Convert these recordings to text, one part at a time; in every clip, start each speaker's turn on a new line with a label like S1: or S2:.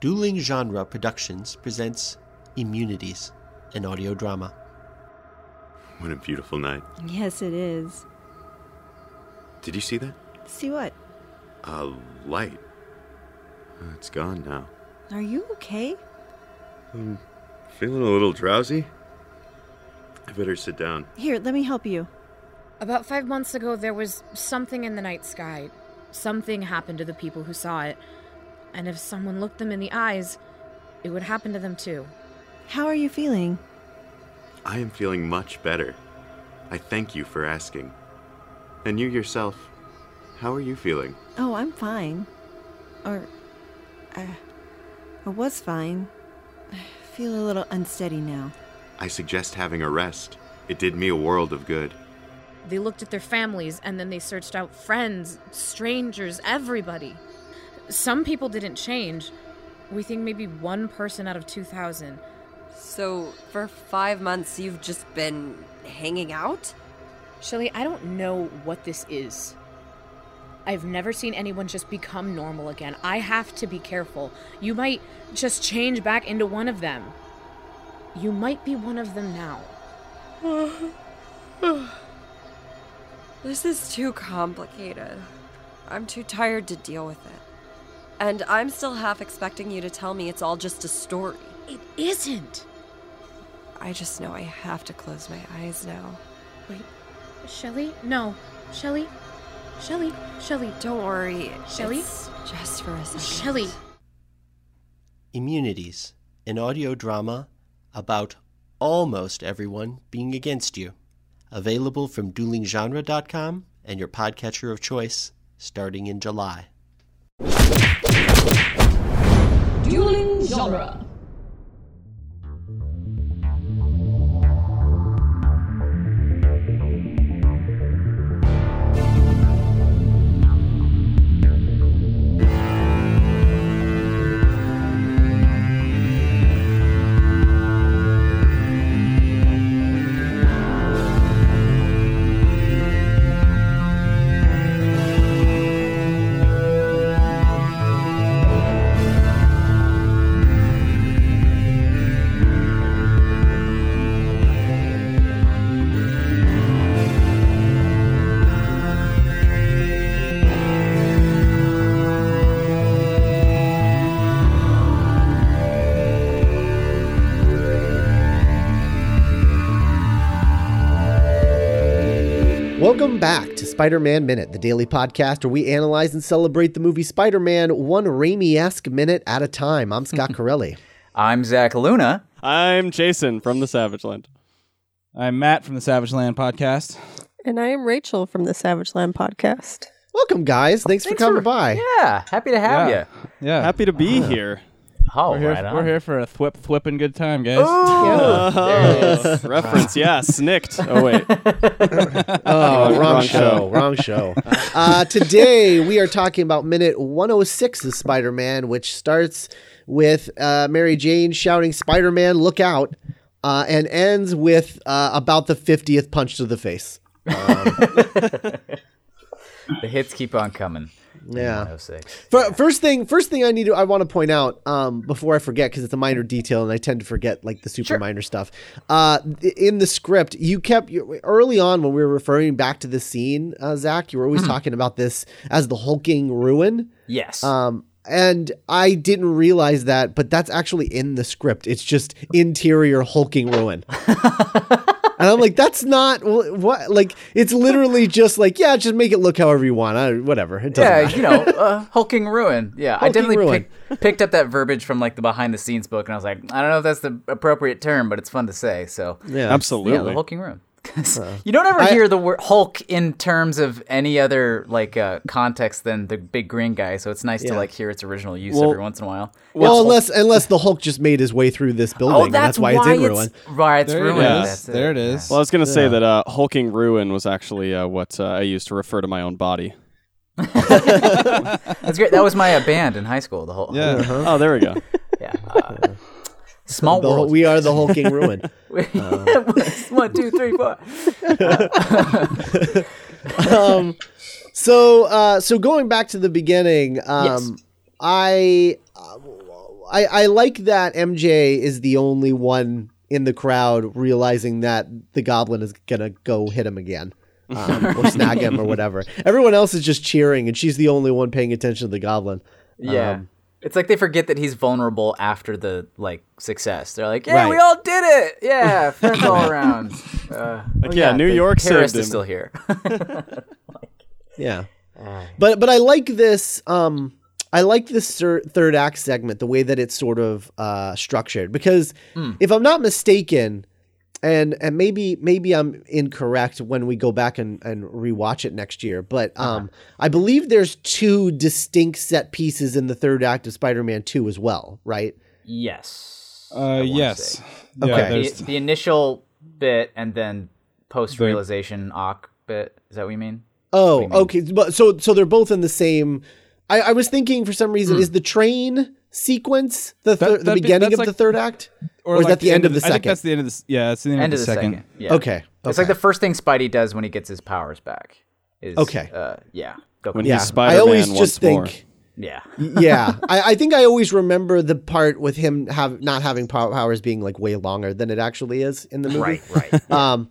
S1: Dueling Genre Productions presents Immunities, an audio drama.
S2: What a beautiful night.
S3: Yes, it is.
S2: Did you see that?
S3: See what?
S2: A light. Uh, It's gone now.
S3: Are you okay?
S2: I'm feeling a little drowsy. I better sit down.
S3: Here, let me help you.
S4: About five months ago, there was something in the night sky. Something happened to the people who saw it. And if someone looked them in the eyes, it would happen to them too.
S3: How are you feeling?
S2: I am feeling much better. I thank you for asking. And you yourself, how are you feeling?
S3: Oh, I'm fine. Or, uh, I was fine. I feel a little unsteady now.
S2: I suggest having a rest. It did me a world of good.
S4: They looked at their families and then they searched out friends, strangers, everybody. Some people didn't change. We think maybe one person out of 2,000.
S5: So, for five months, you've just been hanging out?
S4: Shelly, I don't know what this is. I've never seen anyone just become normal again. I have to be careful. You might just change back into one of them. You might be one of them now.
S5: This is too complicated. I'm too tired to deal with it. And I'm still half expecting you to tell me it's all just a story.
S4: It isn't.
S5: I just know I have to close my eyes now.
S4: Wait, Shelly? No. Shelly? Shelly? Shelly?
S5: Don't worry.
S4: Shelly?
S5: It's just for a second.
S4: Shelly?
S1: Immunities, an audio drama about almost everyone being against you. Available from duelinggenre.com and your podcatcher of choice starting in July.
S6: Dueling Genre.
S7: Welcome back to Spider Man Minute, the daily podcast where we analyze and celebrate the movie Spider Man one Raimi esque minute at a time. I'm Scott Corelli.
S8: I'm Zach Luna.
S9: I'm Jason from the Savage Land.
S10: I'm Matt from the Savage Land podcast.
S11: And I am Rachel from the Savage Land podcast.
S7: Welcome, guys. Thanks, for coming by.
S8: Yeah, happy to have
S10: yeah.
S8: you.
S10: Yeah.
S9: Happy to be
S10: Ah.
S9: here.
S8: Oh,
S10: we're, here,
S8: right on.
S10: we're here for a thwip thwipping good time, guys.
S8: Ooh, there it is.
S9: Reference, yeah, snicked. Oh wait,
S7: Oh, wrong,
S9: wrong
S7: show.
S9: show.
S7: wrong show. Uh, today, we are talking about minute 106 of Spider Man, which starts with uh, Mary Jane shouting, Spider Man, look out, uh, and ends with uh, about the 50th punch to the face.
S8: The hits keep on coming. Oh,
S7: Yeah.
S8: 06.
S7: Fir- First thing, first thing I need to, I want to point out um, before I forget because it's a minor detail and I tend to forget like the super minor stuff. Uh, th- in the script, you kept you- early on when we were referring back to the scene, uh, Zach. You were always talking about this as the hulking ruin,
S8: Yes.
S7: um, and I didn't realize that, but that's actually in the script. It's just interior hulking ruin. And I'm like, that's not wh- what. Like, it's literally just like, yeah, just make it look however you want. I, whatever, it doesn't
S8: yeah,
S7: matter.
S8: you know, uh, hulking ruin. Yeah, I
S7: Hulking
S8: definitely
S7: ruin.
S8: Pick, picked up that verbiage from like the behind the scenes book, and I was like, I don't know if that's the appropriate term, but it's fun to say. So
S7: Yeah.
S8: yeah, the
S9: absolutely.
S8: hulking ruin. 'Cause you don't ever hear the word Hulk in terms of any other like uh, context than the big green guy, so it's nice to
S7: Yeah.
S8: like hear its original use
S9: Well-
S8: every once in a while. oh,
S7: Well, unless unless the Hulk just made his way through this building, and that's why, it's in ruin.
S8: Why it's
S10: There
S8: ruined.
S10: it is.
S8: That's it.
S10: There it is.
S9: well, I was gonna say that uh, hulking ruin was actually uh, what uh, I used to refer to my own body.
S8: That's great. That was my uh, band in high school. The whole
S10: yeah.
S9: Oh, there we go.
S8: yeah. Uh, small
S7: The,
S8: world.
S7: we are the hulking ruin.
S8: One, two, three, four.
S7: um, so uh, so going back to the beginning, um,
S8: Yes.
S7: I I, I like that MJ is the only one in the crowd realizing that the goblin is gonna go hit him again. um, or snag him or whatever. Everyone else is just cheering, and she's the only one paying attention to the goblin.
S8: Yeah.
S7: Um,
S8: it's like they forget that he's vulnerable after the like success. They're like, "Yeah,
S7: Right.
S8: we all did it. Yeah, friends all around." Uh,
S9: Like, yeah, New
S8: the
S9: York
S8: terrorist
S9: saved
S8: is
S9: him.
S8: still here.
S7: yeah. But but I like this. Um, I like this thir- third act segment, the way that it's sort of uh, structured. Because if I'm not mistaken, and and maybe maybe I'm incorrect when we go back and and rewatch it next year. But um, I believe there's two distinct set pieces in the third act of Spider-Man Two as well, right?
S8: yes.
S10: Uh, yes.
S7: Okay.
S10: Yeah,
S8: The,
S10: there's,
S8: the initial bit and then post realization awk bit. Is that what you mean?
S7: Oh, okay. But so so they're both in the same. I, I was thinking for some reason is the train sequence the thir- the
S10: that'd be-
S7: beginning
S10: that's
S7: of the
S10: like-
S7: third act, or, is
S10: like
S7: that the, end of the
S10: I think
S7: second?
S10: that's the end of the. s- Yeah, that's the
S9: Oh,
S10: end,
S8: End
S10: of the second.
S8: Yeah.
S7: Okay,
S8: It's like the first thing Spidey does when he gets his powers back. Is,
S7: Okay.
S8: Uh, yeah. Go
S9: When
S8: Goku.
S9: he's Spider-Man
S7: I always
S9: once
S7: just
S9: more.
S7: think-
S8: Yeah.
S7: yeah, I, I think I always remember the part with him have not having pow- powers being like way longer than it actually is in the movie.
S8: Right, right.
S7: Um,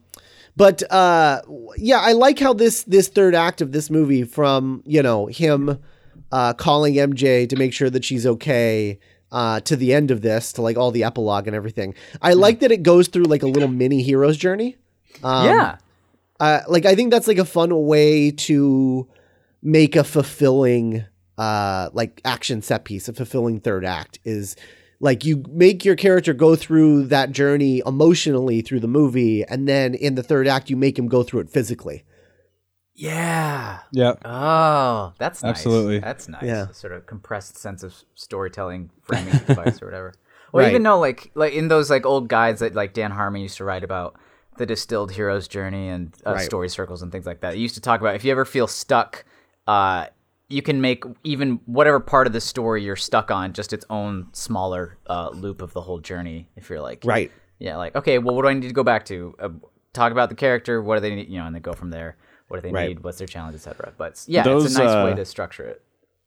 S7: but uh, w- yeah, I like how this this third act of this movie, from you know him uh, calling MJ to make sure that she's okay. Uh, to the end of this, to like all the epilogue and everything. I like that it goes through like a little mini hero's journey. Um,
S8: yeah.
S7: uh, like I think that's like a fun way to make a fulfilling uh like action set piece, a fulfilling third act is like you make your character go through that journey emotionally through the movie and then in the third act you make him go through it physically.
S8: Yeah.
S10: Yeah.
S8: Oh, that's nice.
S10: Absolutely.
S8: That's nice.
S7: Yeah.
S8: A Sort of compressed sense of storytelling framing device or whatever. Or
S7: Right.
S8: even though like like in those like old guides that like Dan Harmon used to write about the distilled hero's journey and uh,
S7: Right.
S8: story circles and things like that. It used to talk about if you ever feel stuck, uh, you can make even whatever part of the story you're stuck on just its own smaller uh, loop of the whole journey. If you're like
S7: Right.
S8: yeah, like okay, well, what do I need to go back to? Uh, talk about the character. What do they need? You know, and then go from there. What do they
S7: Right.
S8: need? What's their challenge, etc. But it's- yeah,
S9: Those,
S8: it's a nice way
S9: uh,
S8: to structure it.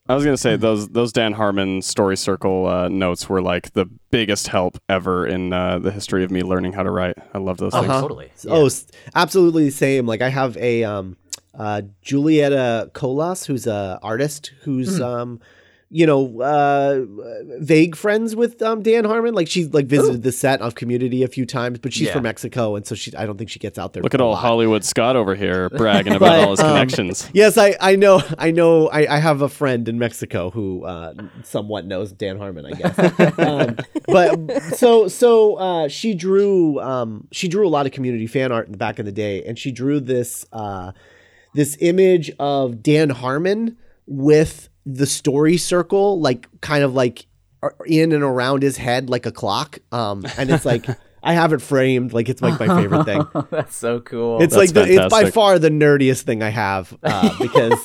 S9: I was gonna say those those Dan Harmon story circle uh, notes were like the biggest help ever in uh, the history of me learning how to write. I love those things.
S8: totally.
S7: Oh, s- absolutely the same. Like I have a um, uh, Julieta Colas, who's a artist,
S9: Mm-hmm.
S7: who's um, you know, uh, vague friends with um, Dan Harmon. Like she's like visited
S9: Oh.
S7: the set of Community a few times, but she's
S8: Yeah.
S7: from Mexico, and so she I don't think she gets out there.
S9: Look at
S7: a
S9: all
S7: lot.
S9: Hollywood Scott over here bragging about
S7: But,
S9: all his
S7: um,
S9: connections.
S7: Yes, I, I know I know I, I have a friend in Mexico who uh, somewhat knows Dan Harmon, I guess. um, but so so uh, she drew um, she drew a lot of community fan art in the back in the day, and she drew this uh, this image of Dan Harmon with the story circle, like kind of like ar- in and around his head, like a clock. Um, and it's like. I have it framed like it's like my favorite thing
S8: That's so cool.
S7: it's like
S9: That's
S7: the, it's by
S9: fantastic.
S7: far the nerdiest thing I have uh, because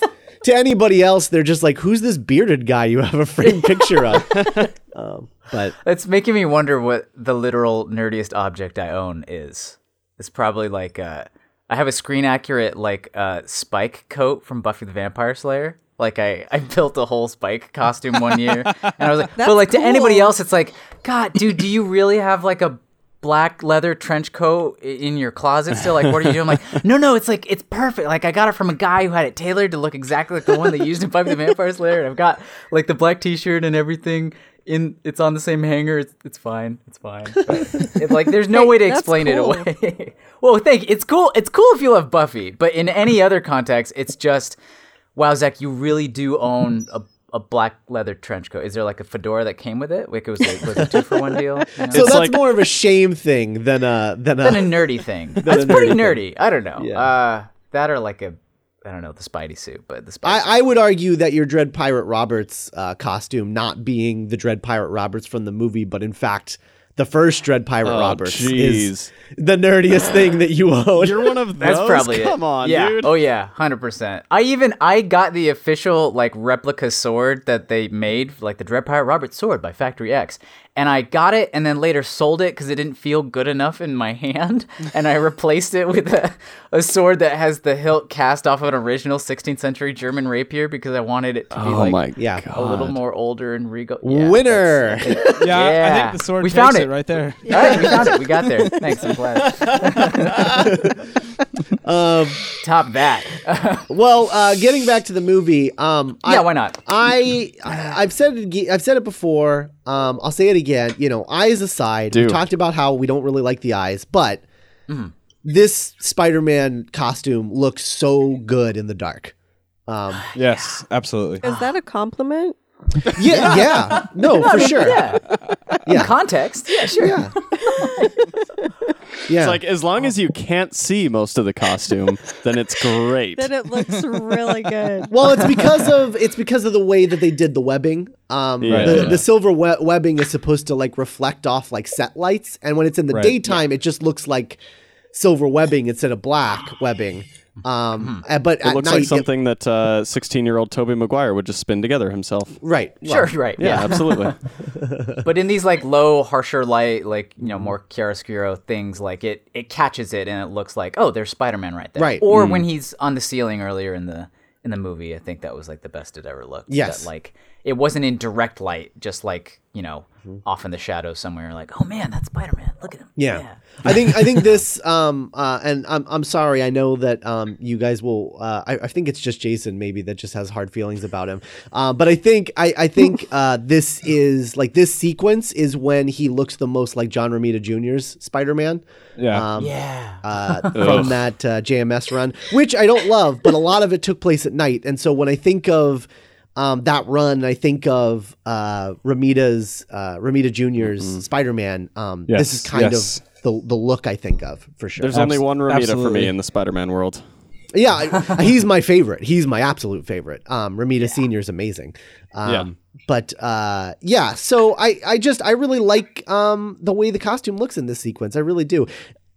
S7: to anybody else they're just like, "Who's this bearded guy you have a framed picture of?" um, but
S8: it's making me wonder what the literal nerdiest object I own is. It's probably like uh, I have a screen accurate like uh, spike coat from Buffy the Vampire Slayer. Like I, I built a whole spike costume one year, and I was like, but like to anybody
S5: cool.
S8: else, it's like, God, dude, do you really have like a black leather trench coat i- in your closet still? Like, what are you doing? I'm like, no, no, it's like it's perfect. Like I got it from a guy who had it tailored to look exactly like the one they used in Buffy the Vampire Slayer, and I've got like the black T-shirt and everything. In it's on the same hanger. It's, it's fine. It's fine. But it, like there's no
S5: Hey,
S8: way to
S5: that's
S8: explain
S5: cool.
S8: it away. well, thank. It's cool. It's cool if you love Buffy, but in any other context, it's just wow, Zach, you really do own a. A black leather trench coat. Is there like a fedora that came with it? Like it was like was it two for one deal? You know?
S7: so that's
S9: like-
S7: more of a shame thing than a than a.
S8: than a nerdy thing. That's
S7: a
S8: pretty
S7: nerdy
S8: nerdy. I don't know.
S7: Yeah.
S8: Uh, that or like a, I don't know, the Spidey suit, but the Spidey.
S7: I, I would argue that your Dread Pirate Roberts uh, costume not being the Dread Pirate Roberts from the movie, but in fact the first Dread Pirate
S9: Oh,
S7: Roberts
S9: jeez.
S7: is the nerdiest thing that you own.
S9: You're one of
S8: That's
S9: those?
S8: probably it.
S9: Come on,
S8: yeah.
S9: dude.
S8: Oh yeah, hundred percent. I even I got the official like replica sword that they made, like the Dread Pirate Robert sword by Factory X, and I got it and then later sold it because it didn't feel good enough in my hand, and I replaced it with a, a sword that has the hilt cast off of an original 16th century German rapier because I wanted it to be
S9: Oh
S8: like
S9: my
S7: Yeah.
S8: a little
S9: God.
S8: more older and regal. Yeah,
S7: Winner.
S8: that's-
S10: Yeah, I- I
S8: yeah.
S10: think the sword
S8: we
S10: takes
S8: found
S10: it
S8: it
S10: right there.
S8: All right, we found it. We got there. Thanks, I'm glad.
S7: Um,
S8: Top that.
S7: well, uh, getting back to the movie. Um, I,
S8: Yeah, why not?
S7: I I- I've said it ag- I've said it before. Um, I'll say it again. You know, eyes aside, we
S9: Do it.
S7: talked about how we don't really like the eyes, but Mm-hmm. this Spider-Man costume looks so good in the dark. Um,
S10: Yes, absolutely.
S11: Is that a compliment?
S7: yeah, yeah, no,
S8: No, I
S7: for
S8: mean,
S7: sure.
S8: Yeah.
S7: Yeah.
S8: In context. Yeah, sure.
S7: Yeah.
S9: It's
S7: Yeah.
S9: like as long as you can't see most of the costume, then it's great.
S11: Then it looks really good.
S7: well, it's because of it's because of the way that they did the webbing. Um,
S9: Yeah.
S7: the, the silver we- webbing is supposed to like reflect off like set lights, and when it's in the
S10: Right.
S7: daytime, it just looks like silver webbing instead of black webbing. Um, uh, but
S9: Hmm. It
S7: at
S9: looks
S7: night,
S9: like
S7: it-
S9: something that uh, sixteen-year-old Toby Maguire would just spin together himself.
S7: right? well,
S8: Sure, right.
S9: Yeah,
S8: Yeah.
S9: absolutely.
S8: but in these like low, harsher light, like, you know, more chiaroscuro things, like it it catches it and it looks like, oh, there's Spider Man right there.
S7: Right. Mm.
S8: Or when he's on the ceiling earlier in the in the movie, I think that was like the best it ever looked.
S7: Yes.
S8: That, like it wasn't in direct light, just like, you know, off in the shadow somewhere, like, oh man, that's Spider Man. Look at him.
S7: Mm-hmm. Yeah. I think I think this um uh and I'm I'm sorry I know that um you guys will uh I, I think it's just Jason maybe that just has hard feelings about him uh, but I think I I think uh this is like this sequence is when he looks the most like John Romita Jr.'s Spider Man
S10: Yeah.
S7: um,
S8: Yeah.
S7: uh, from that uh, JMS run, which I don't love, but a lot of it took place at night. And so when I think of um, that run, I think of uh, Ramita's uh, Ramita juniors Spider Man. Um, this
S10: Mm-hmm. Yes,
S7: is kind
S10: yes.
S7: of the the look I think of for sure.
S9: There's only one Ramita for
S10: absolutely.
S9: me in the Spider-Man world.
S7: yeah, I, he's my favorite. He's my absolute favorite. Um, Ramita Senior is amazing. Um, But uh, yeah, so I, I just I really like um, the way the costume looks in this sequence. I really do.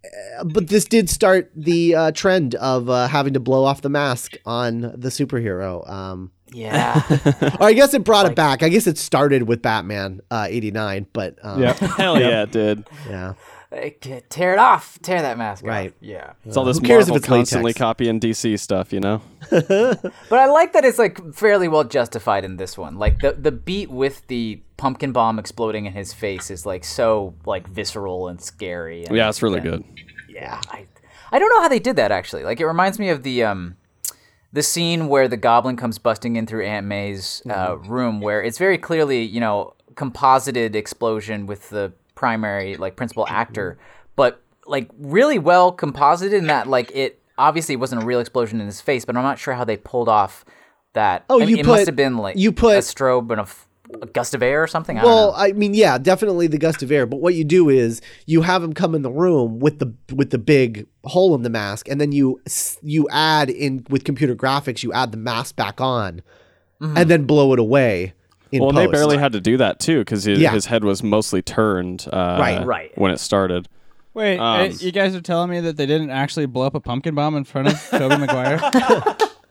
S7: Uh, But this did start the uh, trend of uh, having to blow off the mask on the superhero. Um,
S8: Yeah.
S7: or I guess it brought it back. I guess it started with Batman uh, '89, but um,
S10: Yeah.
S9: Hell yeah, it did.
S7: yeah,
S8: Yeah. Tear it off. Tear that mask off.
S7: Right.
S8: Yeah.
S9: It's all this
S7: Who cares if
S9: Marvel
S7: it's latex?
S9: constantly copying DC stuff, you know?
S8: But I like that it's like fairly well justified in this one. Like the the beat with the pumpkin bomb exploding in his face is like so like visceral and scary. And,
S9: Yeah, it's really
S8: and-
S9: good.
S8: Yeah, I I don't know how they did that actually. Like it reminds me of the um the scene where the goblin comes busting in through Aunt May's uh,
S10: Mm-hmm.
S8: room, where it's very clearly you know composited explosion with the primary like principal actor,
S10: Mm-hmm.
S8: but like really well composited in that like it obviously wasn't a real explosion in his face, but I'm not sure how they pulled off that.
S7: Oh,
S8: I mean,
S7: you
S8: it must
S7: put-
S8: have been like
S7: you put-
S8: a strobe and a, f- a gust of air or something. I don't
S7: Well,
S8: know.
S7: I mean, yeah, definitely the gust of air. But what you do is you have him come in the room with the with the big hole in the mask, and then you s- you add in with computer graphics, you add the mask back on,
S8: Mm-hmm.
S7: and then blow it away. In
S9: Well, and
S7: post.
S9: they barely had to do that too because his,
S7: Yeah.
S9: his head was mostly turned uh,
S7: Right.
S8: Right.
S9: when it started.
S10: Wait,
S9: Um,
S10: eh, you guys are telling me that they didn't actually blow up a pumpkin bomb in front of Toby Maguire?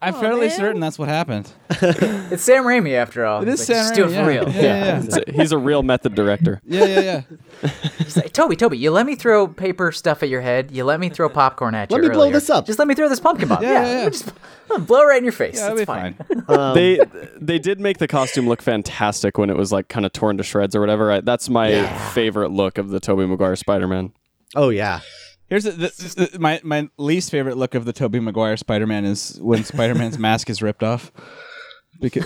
S10: I'm fairly certain that's what happened.
S8: it's Sam Raimi after all.
S10: It is
S8: Like,
S10: Sam
S8: just do it
S10: Raimi,
S8: for
S10: yeah.
S8: real.
S10: Yeah, yeah, yeah.
S9: He's a- He's a real method director.
S10: yeah, yeah, yeah.
S8: He's like, Toby, Toby, you let me throw paper stuff at your head. You let me throw popcorn at you.
S7: Let me blow
S8: earlier.
S7: this up."
S8: Just let me throw this pumpkin bomb.
S10: Yeah,
S8: yeah,
S10: yeah, yeah.
S8: we'll just I'll blow it right in your face.
S10: Yeah, it'll
S8: it's
S10: be
S8: fine.
S10: fine.
S9: they
S10: Um,
S9: they did make the costume look fantastic when it was like kind of torn to shreds or whatever. I, that's my favorite look of the Toby Maguire Spider-Man.
S7: Oh yeah,
S10: Here's the, the, the- my my least favorite look of the Toby Maguire Spider-Man is when Spider-Man's mask is ripped off. Because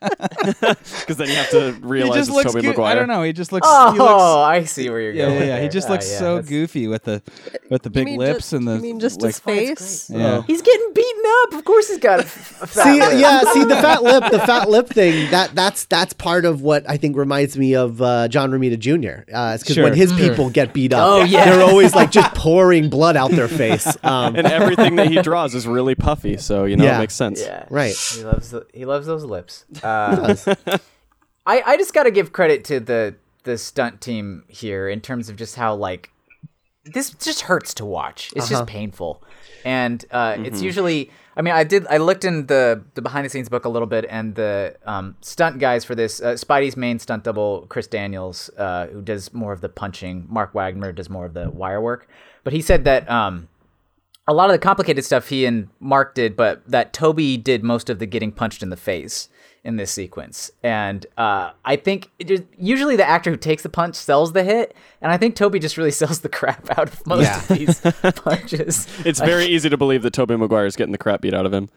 S9: Because then you have to
S10: he
S9: realize
S10: just
S9: it's
S10: looks
S9: Toby
S10: goo-
S9: Maguire.
S10: I don't know. He just looks.
S8: Oh,
S10: he looks,
S8: I see where you're
S10: yeah,
S8: going.
S10: yeah, yeah. He
S8: there.
S10: just
S8: Ah,
S10: looks
S8: yeah,
S10: so
S8: that's-
S10: goofy with the with the big
S11: mean
S10: lips
S11: just-
S10: and the
S11: you mean just
S10: like, oh,
S11: his face?
S10: Yeah.
S8: He's getting beaten up. Of course, he's got. A f- a fat
S7: see,
S8: lip.
S7: yeah, see the fat lip, the fat lip thing. That that's that's part of what I think reminds me of uh, John Romita Jr. Uh, it's because
S10: Sure.
S7: when his people get beat up,
S8: Mm. Oh, yeah.
S7: they're always like just pouring blood out their face. Um,
S9: And everything that he draws is really puffy, so you know
S7: Yeah.
S9: it makes sense.
S8: Yeah.
S7: Right.
S8: He loves the, he loves those lips. Uh, I I just got to give credit to the the stunt team here in terms of just how like this just hurts to watch. It's
S12: Uh-huh.
S8: just painful, and uh, it's
S12: Mhm.
S8: usually. I mean, I did. I looked in the the behind the scenes book a little bit, and the um, stunt guys for this, uh, Spidey's main stunt double, Chris Daniels, uh, who does more of the punching. Mark Wagner does more of the wire work, but he said that um, a lot of the complicated stuff he and Mark did, but that Toby did most of the getting punched in the face in this sequence. And uh, I think it is- usually the actor who takes the punch sells the hit, and I think Toby just really sells the crap out of most of these punches.
S9: It's
S8: Like-
S9: very easy to believe that Toby Maguire is getting the crap beat out of him.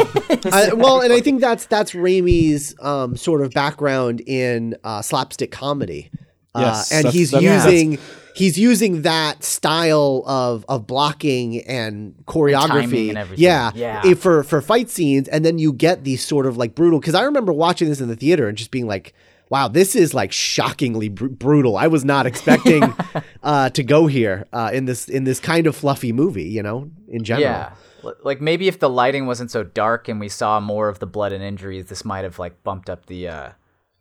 S7: I, well, and I think that's that's Raimi's um, sort of background in uh, slapstick comedy, uh,
S10: Yes,
S7: and
S10: that's-
S7: he's
S10: that's- yeah.
S7: using he's using that style of of blocking and choreography,
S8: timing and everything.
S7: yeah,
S8: Yeah.
S7: if- for for fight scenes, and then you get these sort of like brutal. Because I remember watching this in the theater and just being like. Wow, this is like shockingly br- brutal. I was not expecting uh, to go here uh, in this in this kind of fluffy movie, you know, in general.
S8: Yeah. L- Like maybe if the lighting wasn't so dark and we saw more of the blood and injuries, this might have like bumped up the uh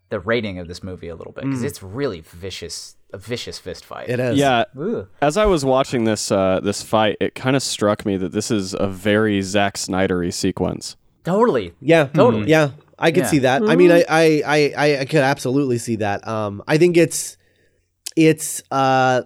S8: the rating of this movie a little bit because
S9: Mm.
S8: it's really vicious, a vicious fist fight.
S9: Yeah.
S8: Ooh.
S9: As I was watching this uh, this fight, it kind of struck me that this is a very Zack Snydery sequence.
S8: Totally.
S7: Yeah,
S9: Totally.
S7: Yeah, I could
S9: Mm-hmm. Yeah.
S7: see that. I mean, I,
S9: Mhm.
S7: I, I, I, I could absolutely see that. Um, I think it's, it's uh,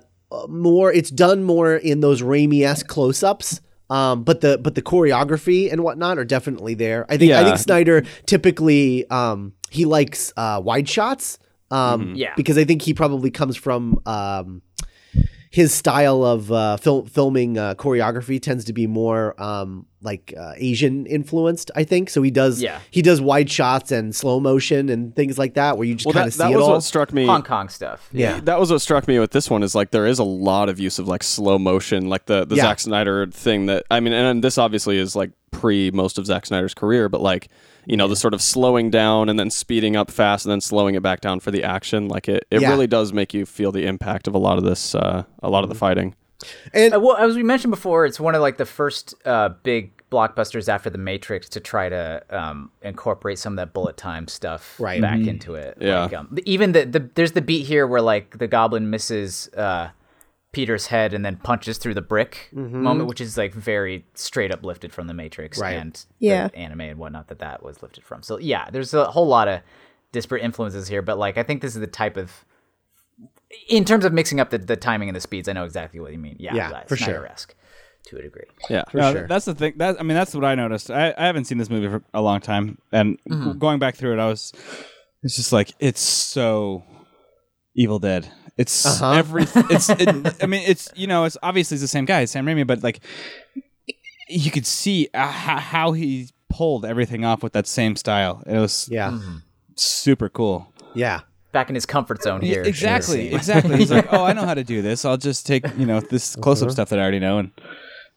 S7: more. It's done more in those Raimi esque close ups. Um, but the but the choreography and whatnot are definitely there. I think I
S9: Yeah.
S7: think Snyder typically um, he likes uh, wide shots. Um,
S9: Mhm. Yeah.
S7: because I think he probably comes from um, his style of uh, fil- filming uh, choreography tends to be more um, like uh, Asian influenced. I think so. He does.
S8: Yeah.
S7: He does wide shots and slow motion and things like that, where you just
S9: Well,
S7: kind
S9: that-
S7: of see
S9: that
S7: it
S9: was
S7: all.
S9: what struck me.
S8: Hong Kong stuff.
S7: Yeah.
S9: That was what struck me with this one is like there is a lot of use of like slow motion, like the the
S7: Yeah.
S9: Zack Snyder thing that I mean, and this obviously is like pre most of Zack Snyder's career, but like you know the sort of slowing down and then speeding up fast and then slowing it back down for the action. Like it, it
S7: Yeah.
S9: really does make you feel the impact of a lot of this, uh, a lot of
S7: Mm-hmm.
S9: the fighting.
S7: And
S8: Uh, well, as we mentioned before, it's one of like the first uh, big blockbusters after The Matrix to try to um, incorporate some of that bullet time stuff
S7: Right.
S8: back
S7: Mhm.
S8: into it.
S9: Yeah.
S8: Like, um, the- even the, the there's the beat here where like the Goblin misses uh, Peter's head and then punches through the brick
S7: Mhm.
S8: moment, which is like very straight up lifted from The Matrix
S7: Right.
S8: and the
S11: Yeah.
S8: anime and whatnot that that was lifted from. So yeah, there's a whole lot of disparate influences here, but like I think this is the type of in terms of mixing up the, the timing and the speeds, I know exactly what you mean. Yeah,
S10: Yeah,
S8: that's
S10: for sure.
S8: Snyder-esque, to a degree.
S10: No, That's the thing. That I mean, that's what I noticed. I, I haven't seen this movie for a long time, and
S8: Mhm.
S10: going back through it, I was. It's just like it's so Evil Dead. It's
S9: Uh-huh.
S10: every. It's. It, I mean, it's you know, it's obviously it's the same guy, it's Sam Raimi, but like you could see uh, how, how he pulled everything off with that same style. It was
S7: yeah,
S10: super cool.
S7: Yeah.
S8: Back in his comfort zone
S10: Yeah,
S8: here.
S10: exactly, exactly. He's like, oh, I know how to do this. I'll just take you know this close-up stuff that I already know and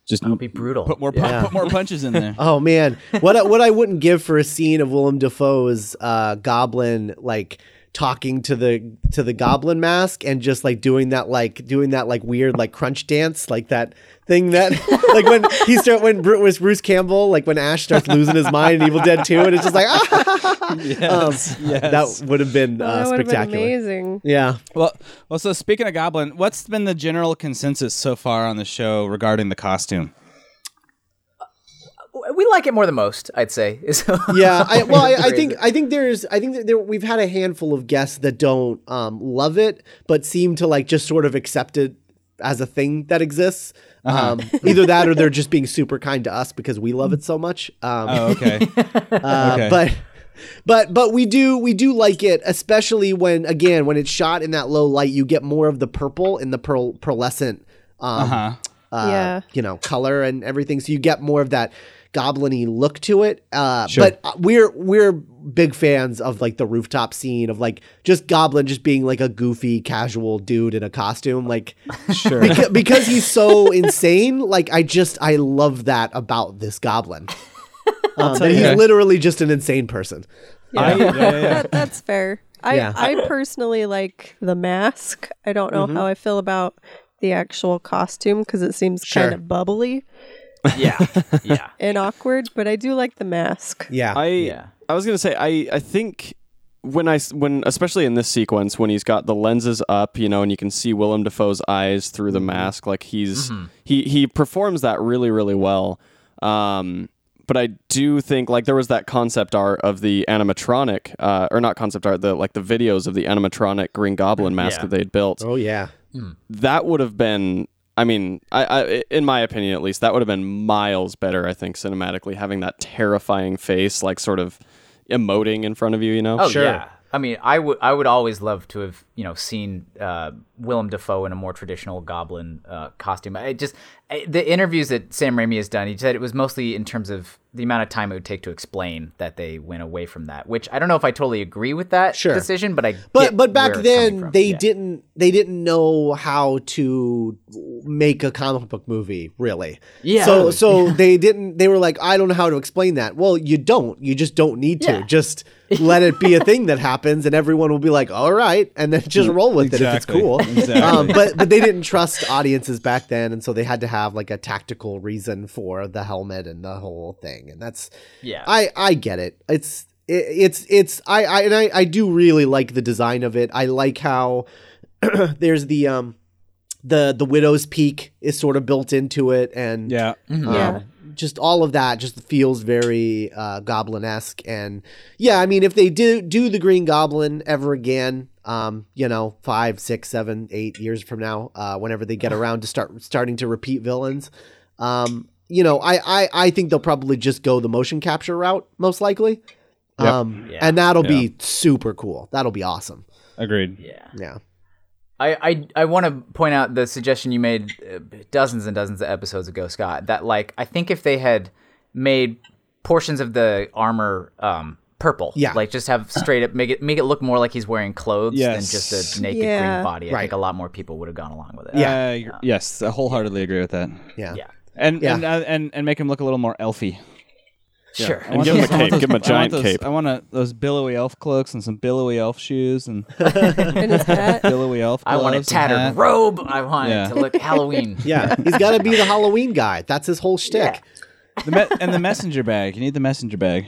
S10: just
S8: be brutal.
S10: Put more, pu-
S7: Yeah.
S10: put more punches in there.
S7: Oh man, what I, what I wouldn't give for a scene of Willem Dafoe's uh, Goblin like talking to the to the Goblin mask and just like doing that like doing that like weird like crunch dance like that thing that like when he start when Bruce, was Bruce Campbell like when Ash starts losing his mind in Evil Dead Two and it's just like ah!
S10: Yes, yes.
S7: that would have been uh,
S11: Oh, that would have been
S7: spectacular.
S11: amazing.
S7: Yeah.
S10: Well, well. So speaking of Goblin, what's been the general consensus so far on the show regarding the costume?
S8: we like it more than most, I'd say. is-
S7: yeah I, well I, I think i think there's i think that there we've had a handful of guests that don't um, love it but seem to like just sort of accept it as a thing that exists
S10: Uh-huh.
S7: um, either that or they're just being super kind to us because we love it so much um,
S10: Oh, okay.
S7: uh,
S10: Okay.
S7: but but but we do we do like it especially when again when it's shot in that low light you get more of the purple and the pearl pearlescent um,
S10: Uh-huh.
S7: uh,
S11: Yeah.
S7: you know color and everything so you get more of that goblin-y look to it uh,
S10: Sure.
S7: but uh, we're we're big fans of like the rooftop scene of like just goblin just being like a goofy casual dude in a costume like
S10: sure
S7: because, he's so insane like i just i love that about this goblin um,
S9: tell
S7: that
S9: you.
S7: he's literally just an insane person
S11: Yeah. that, that's fair. I,
S7: Yeah.
S11: I personally like the mask. I don't know
S10: Mm-hmm.
S7: Mhm.
S11: how I feel about the actual costume because it seems
S7: Sure.
S11: kind of bubbly
S8: yeah, yeah.
S11: and awkward, but I do like the mask.
S7: Yeah.
S9: I I was gonna say I I think when I s- when especially in this sequence when he's got the lenses up, you know, and you can see Willem Dafoe's eyes through
S7: Mm-hmm.
S9: the mask, like he's
S12: Mhm.
S9: he he performs that really really well. Um, but I do think like there was that concept art of the animatronic, uh, or not concept art, the like the videos of the animatronic Green Goblin mask
S7: Yeah.
S9: that they'd built.
S7: Oh yeah,
S9: that would have been. I mean, I, I in my opinion at least, that would have been miles better. I think cinematically having that terrifying face, like sort of emoting in front of you. You know,
S8: Oh yeah. I mean, I would I would always love to have you know seen uh, Willem Dafoe in a more traditional Goblin uh, costume. I just I, the interviews that Sam Raimi has done, he said it was mostly in terms of the amount of time it would take to explain that they went away from that. Which I don't know if I totally agree with that decision, but I
S7: But
S8: get
S7: but back
S8: where it's coming
S7: then they didn't they didn't know how to make a comic book movie really.
S8: Yeah.
S7: So so they didn't they were like I don't know how to explain that. Well, you don't. You just don't need to.
S8: Yeah.
S7: Just let it be a thing that happens and everyone will be like all right and then just roll with it if it's
S10: Exactly.
S7: cool. Um,
S10: Exactly.
S7: but but they didn't trust audiences back then and so they had to have like a tactical reason for the helmet and the whole thing. And that's
S8: Yeah.
S7: I I get it. It's it, it's it's I I and I I do really like the design of it. I like how there's the um the the widow's peak is sort of built into it and
S10: yeah
S7: um,
S10: Yeah.
S7: just all of that just feels very uh goblin-esque and yeah i mean if they do do the green goblin ever again um you know five six seven eight years from now uh whenever they get around to start starting to repeat villains um you know i i, I think they'll probably just go the motion capture route most likely
S10: Yep.
S7: um
S8: Yeah.
S7: and that'll
S10: Yeah.
S7: be super cool that'll be awesome
S10: Agreed.
S8: Yeah.
S7: yeah
S8: I, I, I want to point out the suggestion you made uh, dozens and dozens of episodes ago, Scott, that like I think if they had made portions of the armor um, purple,
S7: Yeah.
S8: like just have straight up make it make it look more like he's wearing clothes
S10: Yes.
S8: than just a naked
S10: Yeah.
S8: green body. I
S10: Right.
S8: think a lot more people would have gone along with it.
S10: Uh, you're- yes, I wholeheartedly agree with that.
S7: Yeah.
S8: Yeah.
S10: And
S8: Yeah.
S10: and uh, and and make him look a little more elfy.
S8: Yeah. Sure.
S10: I want
S9: give him a
S10: I want
S9: cape, give him
S10: I
S9: a
S10: want
S9: giant
S10: those-
S9: cape.
S10: I want a, those billowy elf cloaks and some billowy elf shoes and
S8: his hat.
S10: billowy elf.
S8: I want a
S10: gloves and
S8: tattered
S10: hat.
S8: robe. I want
S10: Yeah.
S8: it to look Halloween.
S7: yeah he's got to be the halloween guy that's his whole shtick
S10: The me- and the messenger bag. You need the messenger bag.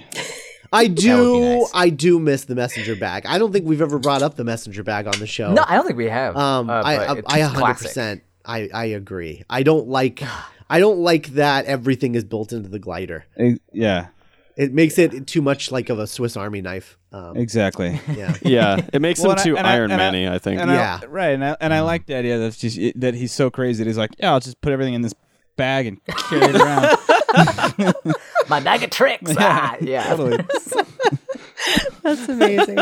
S7: I do. I do miss the messenger bag. I don't think we've ever brought up the messenger bag on the show.
S8: No, I don't think we have.
S7: Um,
S8: Uh,
S7: I,
S8: but
S7: I,
S8: it's
S7: I,
S8: just
S7: 100.
S8: classic.
S7: percent I, I agree. I don't like. I don't like that everything is built into the glider.
S10: Eh, yeah.
S7: It makes it too much like of a Swiss Army knife. Um,
S10: Exactly.
S7: Yeah.
S9: Yeah, it makes
S10: Well,
S9: him
S10: and I-
S9: too
S10: and I-
S9: Iron
S10: and
S9: Man-y, I think.
S10: and right. And I, and I like the idea that just that he's so crazy. That he's like, yeah, I'll just put everything in this bag and carry it around.
S8: My bag of tricks. Ah, yeah.
S10: Totally.
S11: That's amazing.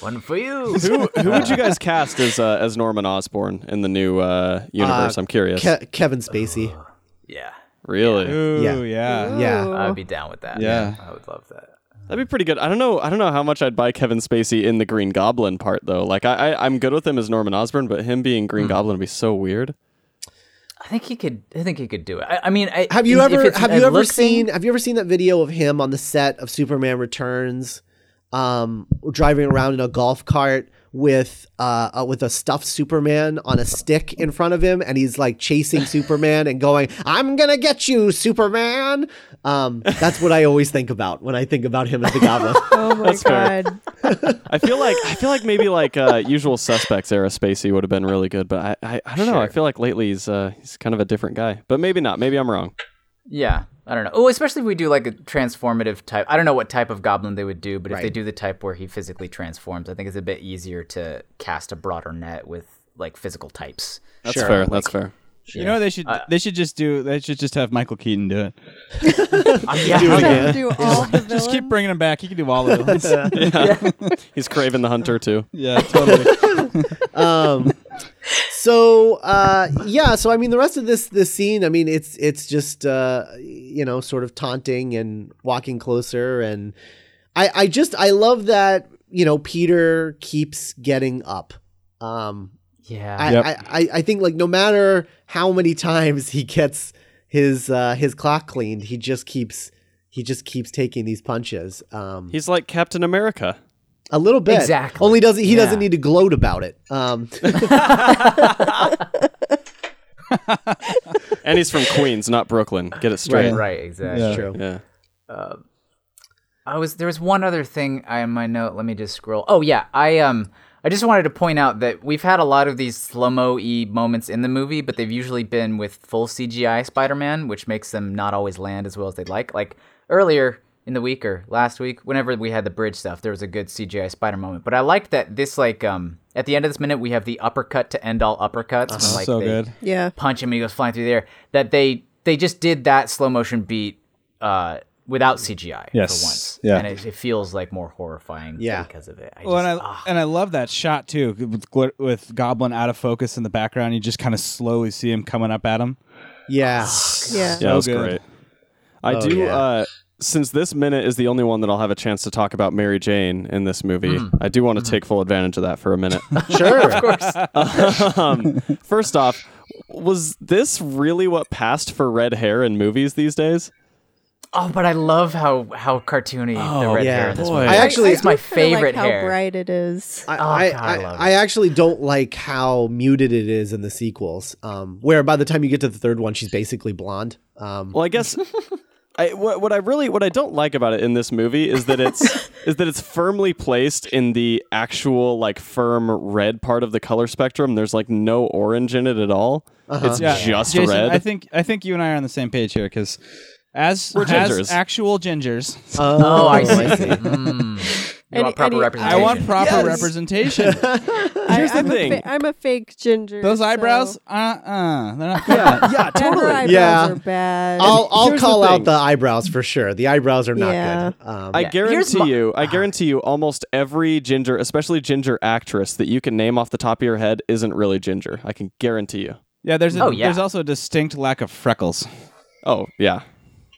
S8: One for you.
S9: who who would you guys cast as uh, as Norman Osborn in the new uh, universe?
S7: Uh,
S9: I'm curious.
S7: Ke- Kevin Spacey.
S8: Yeah.
S9: Really?
S10: Ooh, yeah.
S7: Yeah.
S8: I would be down with that.
S9: Yeah.
S8: I would love that.
S9: That'd be pretty good. I don't know. I don't know how much I'd buy Kevin Spacey in the Green Goblin part though. Like I, I I'm good with him as Norman Osborn, but him being Green Goblin would be so weird.
S8: I think he could. I think he could do it. I, I mean, I,
S7: Have you
S8: if
S7: ever
S8: it's
S7: have
S8: a
S7: you ever
S8: look thing-
S7: seen have you ever seen that video of him on the set of Superman Returns, um, driving around in a golf cart with uh, uh with a stuffed Superman on a stick in front of him, and he's like chasing Superman and going, "I'm gonna get you, Superman." Um, that's what I always think about when I think about him as the Goblin.
S11: Oh my
S9: That's fair.
S11: god.
S9: I feel like I feel like maybe like uh, Usual Suspects era Spacey would have been really good, but I I, I don't know. I feel like lately he's uh, he's kind of a different guy, but maybe not. Maybe I'm wrong.
S8: Yeah, I don't know. Oh, especially if we do like a transformative type. I don't know what type of goblin they would do, but if they
S7: Right.
S8: do the type where he physically transforms, I think it's a bit easier to cast a broader net with like physical types.
S9: That's
S8: So,
S9: fair.
S8: like-
S9: That's fair.
S10: You know they should they should just do they should just have Michael Keaton do it.
S8: yeah.
S11: Do it again. Do all the
S10: Just keep
S11: villains?
S10: bringing him back. He can do all of them.
S9: Yeah. he's craving the hunter too.
S10: yeah, totally.
S7: um so uh yeah so i mean the rest of this this scene i mean it's it's just uh you know sort of taunting and walking closer and i i just i love that you know peter keeps getting up um
S8: Yeah.
S7: I, I, I I think like no matter how many times he gets his uh his clock cleaned he just keeps he just keeps taking these punches um
S9: He's like Captain America.
S7: a little bit
S8: Exactly.
S7: only doesn't he
S8: Yeah.
S7: doesn't need to gloat about it um
S9: And he's from Queens, not Brooklyn. Get it straight.
S8: right. Exactly.
S7: true
S9: Yeah.
S8: I was there was one other thing I in my note. Let me just scroll. Oh yeah, I um I just wanted to point out that we've had a lot of these slow mo e moments in the movie, but they've usually been with full CGI Spider Man, which makes them not always land as well as they'd like. Like earlier in the week or last week, whenever we had the bridge stuff, there was a good CGI Spider moment. But I liked that this like um at the end of this minute we have the uppercut to end all uppercuts.
S9: Uh-huh.
S8: when, like,
S10: so
S8: they
S10: good.
S11: Yeah.
S8: punch him and he goes flying through the air. That they they just did that slow motion beat uh without CGI
S10: Yes.
S8: for once.
S10: Yeah.
S8: And it, it feels like more horrifying
S10: Yeah.
S8: because of it. I
S10: well, and I
S8: just- ah,
S10: and I love that shot too with, gl- with Goblin out of focus in the background. You just kind of slowly see him coming up at him.
S7: Yeah.
S11: Yeah.
S9: yeah, that was
S10: good.
S9: great. I
S10: Oh,
S9: do.
S10: yeah.
S9: Uh, since this minute is the only one that I'll have a chance to talk about Mary Jane in this movie, I do want to take full advantage of that for a minute.
S7: Sure.
S9: um, first off, was this really what passed for red hair in movies these days?
S8: oh, but I love how how cartoony the
S9: Oh,
S8: red
S9: yeah.
S8: hair in this
S9: Boy.
S8: movie.
S9: I
S8: is.
S7: actually-
S8: it's my
S11: I kinda
S8: favorite
S11: like
S8: hair.
S11: How bright it is.
S7: I,
S8: God,
S7: I, I actually don't like how muted it is in the sequels, um, where by the time you get to the third one, she's basically blonde. Um,
S9: Well, I guess I, what, what I really what I don't like about it in this movie is that it's is that it's firmly placed in the actual like firm red part of the color spectrum. There's like no orange in it at all. It's
S10: Yeah,
S9: just
S10: Jason,
S9: red.
S10: I think I think you and I are on the same page here because as
S9: We're
S10: as
S9: gingers.
S10: actual gingers,
S8: Oh, I see. Mm. You want proper
S10: I
S8: representation.
S10: want proper
S8: Yes.
S10: representation.
S11: Here's
S9: the
S11: I'm
S9: thing.
S11: A fa- I'm a fake ginger.
S10: Those eyebrows,
S11: so-
S10: uh, uh, they're not. Yeah, yeah,
S11: Her eyebrows
S7: Yeah.
S11: are bad.
S7: I'll, I'll
S9: Here's the
S7: call
S9: thing.
S7: out the eyebrows for sure. The eyebrows are not
S11: Yeah.
S7: good. Um,
S9: I
S8: Yeah. Here's
S9: guarantee
S8: my-
S9: you, I guarantee you, almost every ginger, especially ginger actress that you can name off the top of your head, isn't really ginger. I can guarantee you.
S10: yeah. There's a,
S8: Oh, yeah.
S10: there's also a distinct lack of freckles.
S9: Oh yeah,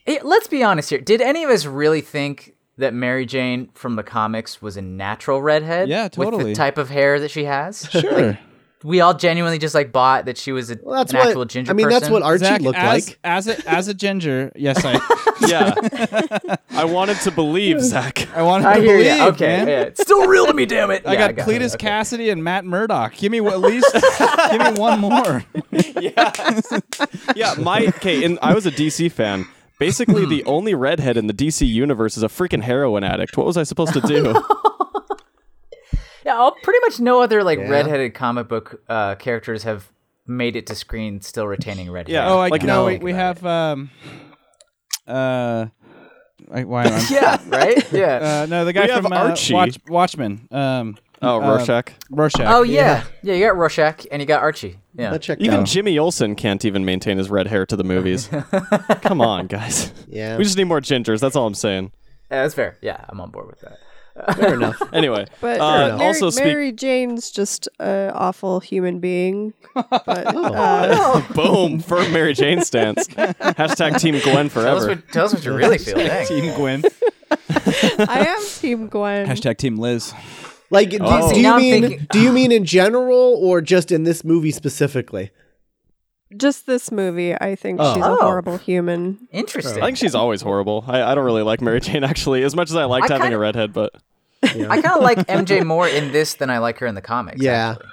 S8: Eh, let's be honest here. Did any of us really think that Mary Jane from the comics was a natural redhead?
S10: Yeah,
S8: With
S10: totally.
S8: the type of hair that she has,
S10: Sure.
S8: we all genuinely just like bought that she was a,
S7: well, that's
S8: an
S7: what
S8: actual ginger.
S7: I mean. That's
S8: person.
S7: what Archie
S10: Zach,
S7: looked
S10: as,
S7: like.
S10: as a as a ginger. Yes, I
S9: yeah. I wanted to believe Zach.
S10: I wanted
S8: I
S10: to
S8: hear
S10: believe.
S8: you. Okay,
S10: man.
S8: yeah. it's still real to me. Damn it!
S10: I
S8: Yeah,
S10: got,
S8: it.
S10: Cletus Cassidy and Matt Murdock. Give me at least give me one more.
S9: Yeah, my okay. And I was a DC fan. Basically, the only redhead in the DC universe is a freaking heroin addict. What was I supposed to do?
S8: Yeah, all, pretty much no other like
S7: Yeah.
S8: redheaded comic book uh, characters have made it to screen still retaining red
S9: Yeah.
S8: hair.
S10: Oh, I
S9: Like,
S10: no.
S9: no.
S10: We, we have um uh. I, why am I?
S8: yeah, right. Yeah.
S10: Uh, no, the guy
S9: We have
S10: from uh,
S9: Archie.
S10: Watch, Watchmen. Um,
S9: Oh,
S10: uh,
S9: Rorschach.
S10: Rorschach.
S8: oh yeah. yeah, You got Rorschach and you got Archie. Yeah.
S7: Let's check
S9: Even
S7: that out.
S9: Jimmy Olsen can't even maintain his red hair to the movies. Come on, guys.
S7: Yeah.
S9: We just need more gingers. That's all I'm saying.
S8: Yeah, that's fair. Yeah, I'm on board with that.
S7: Fair enough.
S9: Anyway,
S11: But
S9: uh,
S11: Mary,
S9: also speak.
S11: Mary Jane's just an awful human being. But uh,
S9: Boom for Mary Jane stance. Hashtag Team
S8: Tell
S9: Gwen
S8: us,
S9: forever.
S8: what, tell us what you really feel. Dang.
S10: Team Gwen.
S11: I am Team Gwen.
S10: Hashtag Team Liz.
S7: Like, do,
S8: Oh.
S7: do
S8: See,
S7: you
S8: now I'm
S7: mean
S8: thinking-
S7: do you mean in general or just in this movie specifically?
S11: Just this movie, I think
S7: Oh.
S11: she's a
S8: Oh.
S11: horrible human.
S8: Interesting.
S9: I think she's always horrible. I, I don't really like Mary Jane actually, as much as I liked
S8: I
S9: having
S8: kinda-
S9: a redhead. But
S8: I kind of like MJ more in this than I like her in the comics.
S7: Yeah.
S8: actually.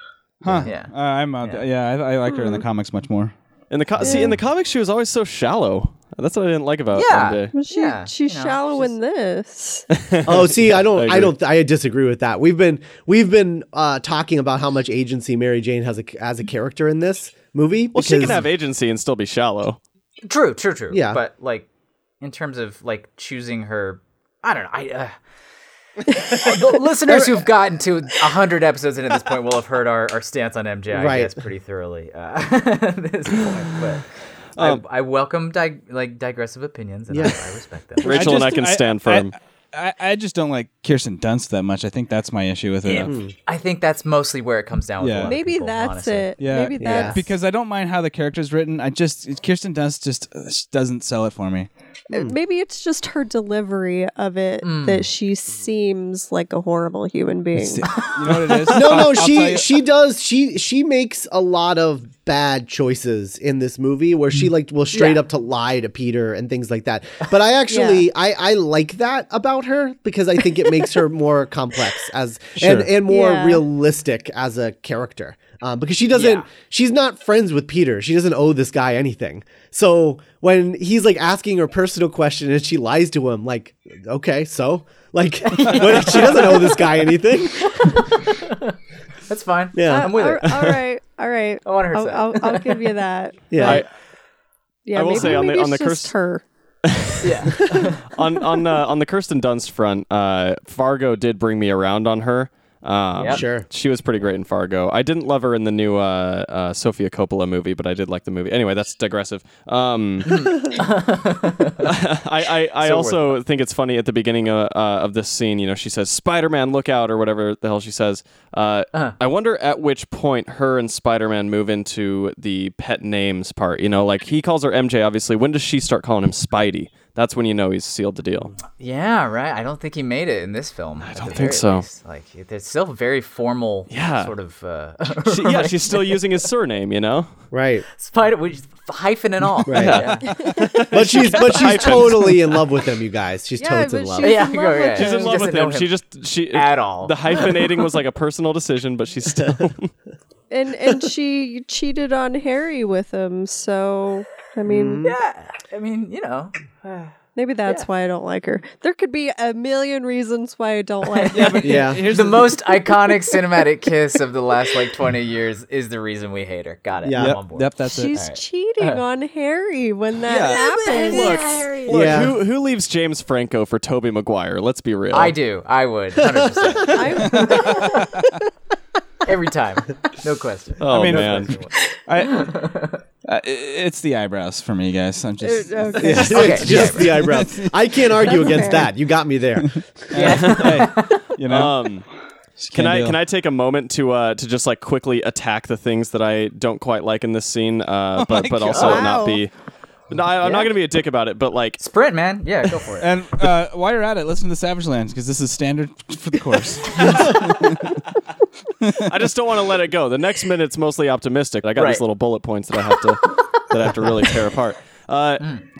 S10: Huh.
S8: Yeah.
S10: Uh, I'm. Uh, yeah.
S8: Yeah.
S10: I, I like her in the comics much more.
S9: in the co- see in the comics, she was always so shallow. That's what I didn't like about
S8: Yeah.
S9: MJ.
S11: Well, she,
S8: Yeah,
S11: she's
S8: you know,
S11: shallow
S8: she's-
S11: in this.
S7: Oh, see, I don't,
S9: I
S7: I, don't, I disagree with that. We've been, we've been uh, talking about how much agency Mary Jane has a, as a character in this movie.
S9: Well, she can
S7: because-
S9: have agency and still be shallow.
S8: True. True. True.
S7: Yeah.
S8: But like, in terms of like choosing her, I don't know. I. Uh, the listeners who've gotten to hundred episodes in at this point will have heard our, our stance on MJ, I
S7: Right.
S8: guess, pretty thoroughly. Uh, at this point, but. I, I welcome dig- like digressive opinions, and I, I respect them.
S9: Rachel and I
S10: just-
S9: can stand
S10: I-
S9: firm.
S10: I, I, I just don't like Kirsten Dunst that much. I think that's my issue with it.
S8: I think that's mostly where it comes down. With
S10: Yeah.
S8: a lot of
S11: Maybe
S8: people,
S11: that's
S8: honestly.
S11: it.
S10: Yeah,
S11: Maybe that's
S10: because I don't mind how the character's written. I just Kirsten Dunst just uh, she doesn't sell it for me.
S11: maybe it's just her delivery of it
S9: Mm.
S11: that she seems like a horrible human being.
S10: You know what it is?
S7: no, no,
S10: I'll tell
S7: she
S10: you-
S7: she does. She she makes a lot of bad choices in this movie where
S10: Mm.
S7: she like will straight up to lie to Peter and things like that. But I actually I I like that about her because I think it makes her more complex as and and more
S11: Yeah.
S7: realistic as a character um, because she doesn't. She's not friends with Peter. She doesn't owe this guy anything. So when he's like asking her personal question and she lies to him, like, okay, so like, what if she doesn't owe this guy anything?
S8: That's fine.
S7: Yeah.
S8: I'm with
S11: all,
S8: her.
S11: all right, all right. I
S8: want her
S11: I'll,
S8: set.
S11: I'll, I'll give you that.
S7: Yeah.
S9: I-
S11: Yeah,
S9: I will
S11: maybe,
S9: say on the-
S11: maybe
S9: on
S11: it's
S9: the
S11: just her.
S9: curse- on on uh, on the Kirsten Dunst front, uh, Fargo did bring me around on her. Um,
S8: Yep.
S7: Sure.
S9: she was pretty great in Fargo. I didn't love her in the new uh, uh, Sofia Coppola movie, but I did like the movie. Anyway, that's digressive. Um, I I, I
S8: So
S9: also think it's funny at the beginning uh, uh, of this scene. You know, she says Spider Man, look out, or whatever the hell she says. Uh,
S8: Uh-huh.
S9: I wonder at which point her and Spider Man move into the pet names part. You know, like he calls her MJ. Obviously, when does she start calling him Spidey? That's when you know he's sealed the deal.
S8: Yeah, right. I don't think he made it in this film. I
S9: don't think so.
S8: Like, it- it's still very formal.
S9: Yeah.
S8: Sort of. Uh,
S9: She, yeah, she's still using his surname. You know.
S7: Right.
S8: spider with hyphen and all.
S7: Right.
S8: Yeah.
S7: But she's
S9: got
S7: but
S9: the
S7: she's
S9: hyphens.
S7: totally in love with him, you guys. She's
S11: Yeah,
S7: totes in
S11: but
S7: love.
S11: she's
S8: Yeah,
S11: in
S8: go-
S11: love with
S8: yeah,
S11: him.
S9: She's in
S8: She
S9: love
S8: doesn't
S9: with
S8: know
S9: him.
S8: him
S9: She just she
S8: at all.
S9: The hyphenating was like a personal decision, but she still
S11: and and she cheated on Harry with him. So I mean,
S8: yeah. I mean, you know.
S11: maybe that's why I don't like her. There could be a million reasons why I don't like her.
S7: Yeah.
S10: Here's
S8: the most iconic cinematic kiss of the last like 20 years is the reason we hate her. Got it.
S7: Yeah.
S8: I'm
S7: Yep,
S8: on board.
S10: Yep, that's it.
S11: She's cheating
S7: Uh,
S11: on Harry when that happens.
S9: Look,
S7: Yeah.
S9: who who leaves James Franco for Toby Maguire? Let's be real.
S8: I do. I would. 100%.
S11: I-
S8: Every time. No question.
S9: Oh
S10: I mean-
S9: man.
S10: I, uh, it's the eyebrows for me, guys. I'm just.
S11: uh, okay.
S7: It's just the eyebrow. I can't argue against that. You got me there.
S10: Hey, you know.
S9: Um,
S10: just
S9: can
S10: can't
S9: I
S10: deal.
S9: can I take a moment to uh, to just like quickly attack the things that I don't quite like in this scene, uh, but but also
S11: God.
S9: not be. No, I, I'm not
S8: Yeah.
S9: gonna be a dick about it, but like
S8: Sprint, man. Yeah, go for it.
S10: And uh, while you're at it, listen to Savage Lands because this is standard for the course.
S9: I just don't want to let it go. The next minute's mostly optimistic. I got
S8: Right.
S9: these little bullet points that I have to that I have to really tear apart. Uh,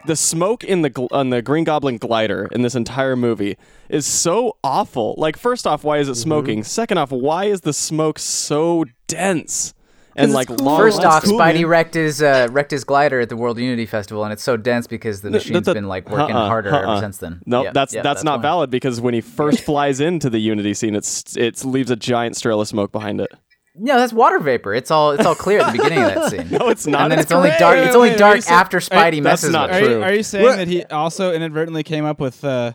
S9: The smoke in the gl- on the Green Goblin glider in this entire movie is so awful. Like, first off, why is it smoking? Second off, why is the smoke so dense and like long?
S8: First off,
S9: lasting?
S8: Spidey wrecked his uh, wrecked his glider at the World Unity Festival, and it's so dense because the machine's
S9: that-
S8: been like working
S9: uh-uh,
S8: harder
S9: uh-uh.
S8: ever since then.
S9: No,
S8: Yep,
S9: that's
S8: yep,
S9: that's, not
S8: why.
S9: valid because when he first flies into the Unity scene, it's it leaves a giant trail of smoke behind it.
S8: No, that's water vapor. It's all it's all clear at the beginning of that scene.
S9: No, it's not.
S8: And then
S9: It's
S8: it's only
S9: correct.
S8: dark.
S10: Wait,
S8: It's
S10: wait,
S8: only
S10: wait, are
S8: dark
S10: you saying-
S8: after Spidey
S9: that's
S8: messes
S9: not
S8: with
S10: are,
S8: it.
S9: true.
S10: you, are you saying
S7: What-
S10: that he also inadvertently came up with uh,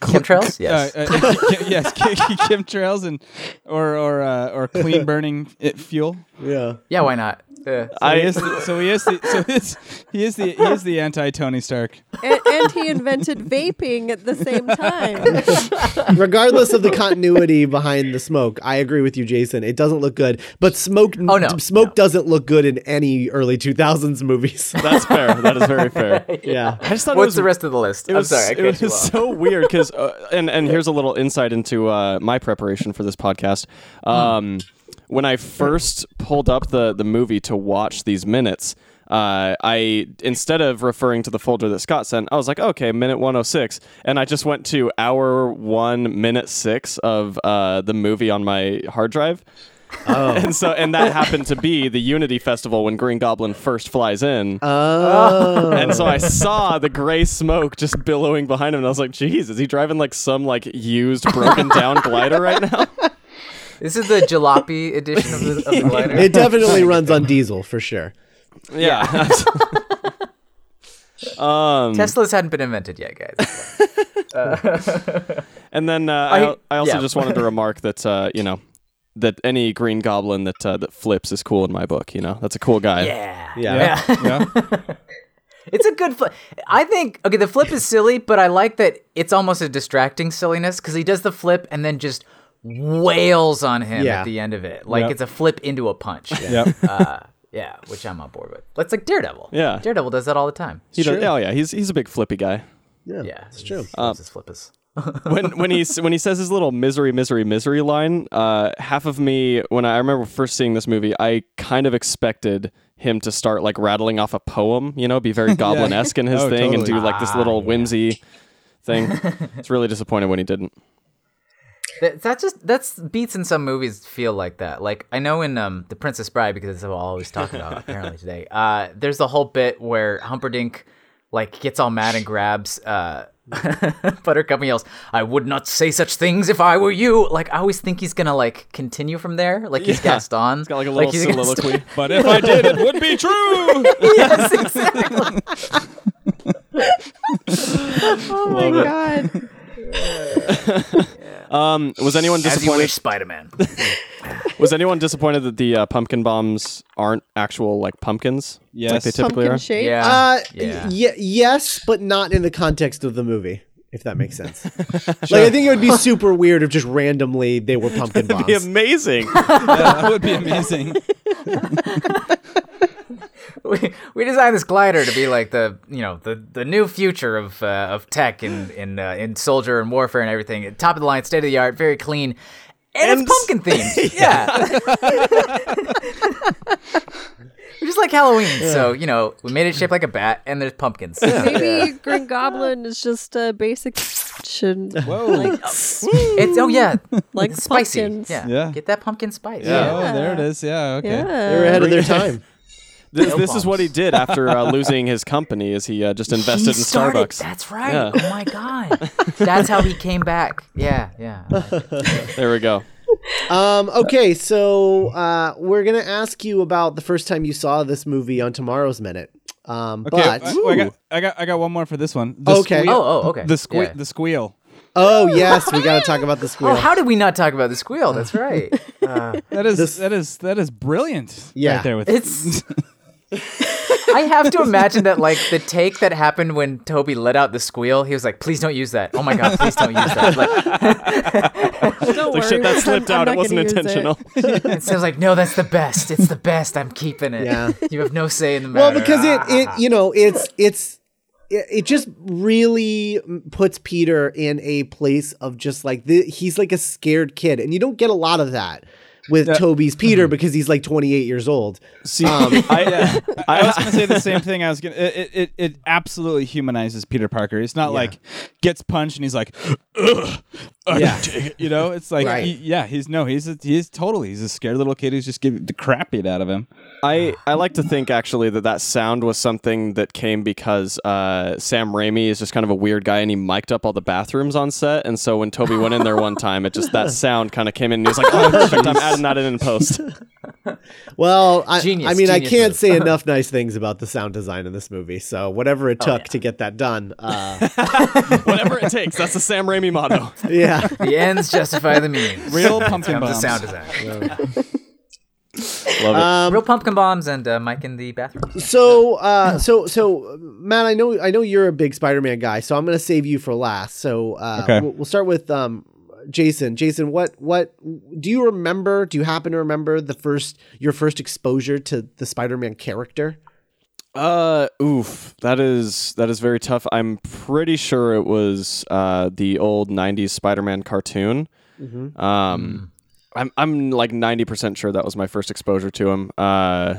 S8: Chemtrails? Yes.
S10: uh, uh, ki- yes, ki- ki- chemtrails and or or uh, or clean burning it fuel?
S7: Yeah.
S8: yeah, why not? Uh,
S10: So he
S9: I-
S10: is the, so he is the so he is, he is the he is the anti Tony Stark.
S11: and, and he invented vaping at the same time.
S7: Regardless of the continuity behind the smoke, I agree with you, Jason. It doesn't look good. But smoke
S8: Oh, no.
S7: smoke
S8: No.
S7: doesn't look good in any early 2000s movies.
S9: That's fair. that is very fair.
S7: yeah.
S9: I just thought it
S8: What's
S9: was
S8: the rest of the list?
S9: It was,
S8: I'm sorry, I
S9: it
S8: cut you
S9: was
S8: off.
S9: so weird because, uh, and and here's a little insight into uh, my preparation for this podcast.
S8: Hmm.
S9: Um, When I first pulled up the the movie to watch these minutes, uh, I instead of referring to the folder that Scott sent, I was like, okay, minute 106, and I just went to hour one, minute six of uh, the movie on my hard drive. and so and that happened to be the Unity Festival when Green Goblin first flies in.
S7: Oh.
S9: And so I saw the gray smoke just billowing behind him, and I was like, "Geez, is he driving like some like used, broken down glider right now?"
S8: This is the jalopy edition of the, of the glider.
S7: it definitely runs on diesel for sure.
S9: Yeah. um,
S8: Teslas hadn't been invented yet, guys.
S9: and then uh, I,
S8: I-
S9: I also
S8: yeah.
S9: just wanted to remark that uh, you know that any Green Goblin that uh, that flips is cool in my book. You know, that's a cool guy.
S8: Yeah.
S7: Yeah.
S10: Yeah, yeah.
S8: It's a good flip. I think okay, the flip is silly, but I like that it's almost a distracting silliness because he does the flip and then just wails on him
S7: Yeah.
S8: at the end of it. Like
S10: Yep.
S8: it's a flip into a punch. Yeah.
S10: Yep.
S8: uh, yeah, which I'm on board with. That's like Daredevil.
S9: Yeah.
S8: Daredevil does that all the time.
S9: He does-
S7: Sure.
S9: oh yeah, he's he's a big flippy guy.
S7: Yeah.
S8: Yeah,
S7: It's true.
S8: He loves his flippers.
S9: when when he s- when he says his little misery misery misery line, uh, half of me when I, I remember first seeing this movie, I kind of expected him to start like rattling off a poem, you know, be very goblin esque in his
S10: Oh,
S9: thing and do
S10: totally.
S9: Ah, like this little whimsy thing. It's really disappointed when he didn't.
S8: That, that's just that's beats in some movies feel like that. Like I know in um The Princess Bride because it's what I'll always talk about apparently today. Uh, there's the whole bit where Humperdinck like gets all mad and grabs uh Buttercup and yells, "I would not say such things if I were you." Like I always think he's gonna like continue from there. Like he's
S9: Yeah.
S8: Gaston.
S9: It's got like a
S8: Like,
S9: little
S8: he's gonna
S9: soliloquy.
S8: st-
S9: but if I did, it would be true.
S8: yes, exactly.
S11: oh my
S9: Love
S11: god.
S9: um, was anyone
S8: As you
S9: disappointed?
S8: wish, Spider-Man.
S9: was anyone disappointed that the uh, pumpkin bombs aren't actual like pumpkins? Yeah, like they typically are.
S7: Uh, yeah. yes, but not in the context of the movie, if that makes sense. Like, I think it would be super weird if just randomly they were pumpkin bombs.
S9: Be amazing.
S10: that would be amazing.
S8: we, we designed this glider to be like the you know the, the new future of uh, of tech in in uh, in soldier and warfare and everything. Top of the line, state of the art, very clean, and, it's pumpkin themed. yeah, we just like Halloween. So you know we made it shaped like a bat, and there's pumpkins.
S11: Maybe Green Goblin is just a basic shouldn't
S10: Whoa.
S11: like
S8: It's oh yeah,
S11: like
S8: spicy.
S11: pumpkins.
S8: Yeah.
S10: Yeah.
S8: get that pumpkin spice.
S10: Yeah. Oh, there it is. Yeah. Okay.
S11: Yeah. They were ahead of
S7: their time.
S9: This,
S8: Nail
S9: this is what he did after uh, losing his company. Is he uh, just invested
S8: He
S9: in
S8: started-
S9: Starbucks?
S8: That's right.
S9: Yeah.
S8: Oh my god, that's how he came back. Yeah, yeah.
S9: There we go.
S7: Um, okay, so uh, we're gonna ask you about the first time you saw this movie on tomorrow's minute. Um,
S10: Okay.
S7: but
S10: I, I got, I got I got one more for this one. The
S7: Okay.
S10: squeal-
S7: Oh, oh, okay.
S10: The squeal.
S7: Yeah.
S10: The squeal.
S7: oh yes, we gotta talk about the squeal.
S8: Oh, how did we not talk about the squeal? That's right. Uh,
S10: That is that is that is brilliant.
S8: Yeah.
S10: Right there with
S8: It's- I have to imagine that, like, the take that happened when Toby let out the squeal, he was like, please don't use that. Oh my God, please don't use that.
S11: Don't
S9: Like,
S11: worry,
S9: shit, that
S11: I'm-
S9: slipped
S11: I'm
S9: out.
S11: not
S9: It wasn't
S11: gonna use it.
S9: intentional.
S8: Like, it sounds like, no, that's the best. It's the best. I'm keeping it.
S7: Yeah.
S8: You have no say in the
S7: well
S8: matter.
S7: because it it you know it's it's it, it just really puts peter in a place of just like the, he's like a scared kid and you don't get a lot of that with toby's peter
S8: Mm-hmm.
S7: because he's like 28 years old
S9: See,
S10: I, I was gonna say the same thing. I was gonna. It, it- it, it absolutely humanizes Peter Parker. It's not like gets punched and he's like, Ugh, I
S7: Yeah.
S10: can take it," you know. It's like,
S7: Right.
S10: he- yeah, he's no, he's a, he's totally, he's a scared little kid who's just getting the crap beat out of him.
S9: I, I like to think actually that that sound was something that came because uh, Sam Raimi is just kind of a weird guy and he mic'd up all the bathrooms on set. And so when Toby went in there one time, it just that sound kind of came in and he was like, oh, perfect. I'm adding that in in post.
S7: well i,
S8: Genius,
S7: I mean i
S8: genius
S7: can't
S8: move.
S7: say enough nice things about the sound design in this movie so whatever
S8: Oh,
S7: it took to get that done uh,
S9: Whatever it takes. That's the Sam Raimi motto.
S7: yeah
S8: the ends justify the means.
S10: Real
S8: When it
S10: pumpkin
S8: comes to
S10: bombs.
S8: sound design.
S9: Love
S7: um,
S9: it.
S8: Real pumpkin bombs and uh, Mike in the bathroom.
S7: so uh so so uh, matt i know i know you're a big spider-man guy so i'm gonna save you for last so uh
S10: Okay.
S7: we'll, we'll start with um jason jason what what do you remember do you happen to remember the first your first exposure to the spider-man character
S9: Uh, oof, that is that is very tough. I'm pretty sure it was uh the old '90s Spider-Man cartoon. Um, I'm I'm like 90 percent sure that was my first exposure to him. Uh,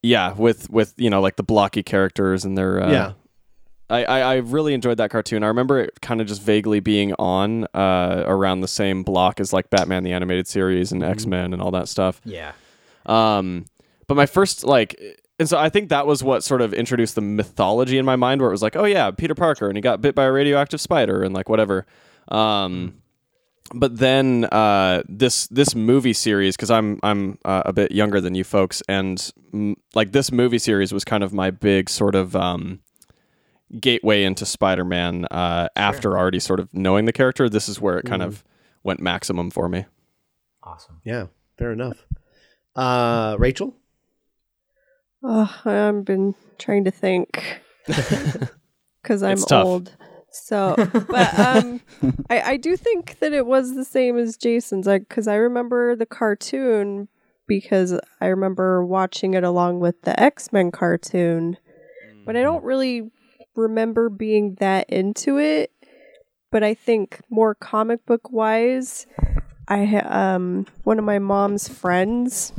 S9: yeah, with with you know like the blocky characters and their uh,
S7: Yeah.
S9: I, I, I really enjoyed that cartoon. I remember it kind of just vaguely being on uh, around the same block as like Batman the Animated Series and X Men and all that stuff.
S8: Yeah.
S9: Um, but my first like, and so I think that was what sort of introduced the mythology in my mind, where it was like, oh yeah, Peter Parker, and he got bit by a radioactive spider, and like whatever. Um, but then uh, this this movie series, because I'm I'm uh, a bit younger than you folks, and mm, like this movie series was kind of my big sort of um, gateway into Spider-Man. Uh, After already sort of knowing the character, this is where it kind of went maximum for me.
S8: Awesome.
S7: yeah fair enough uh rachel
S11: Oh, I've been trying to think because I'm
S9: It's tough.
S11: old. So, but um, I, I do think that it was the same as Jason's, like because I remember the cartoon because I remember watching it along with the X Men cartoon, but I
S8: Mm-hmm.
S11: don't really remember being that into it. But I think more comic book wise, I ha- um one of my mom's friends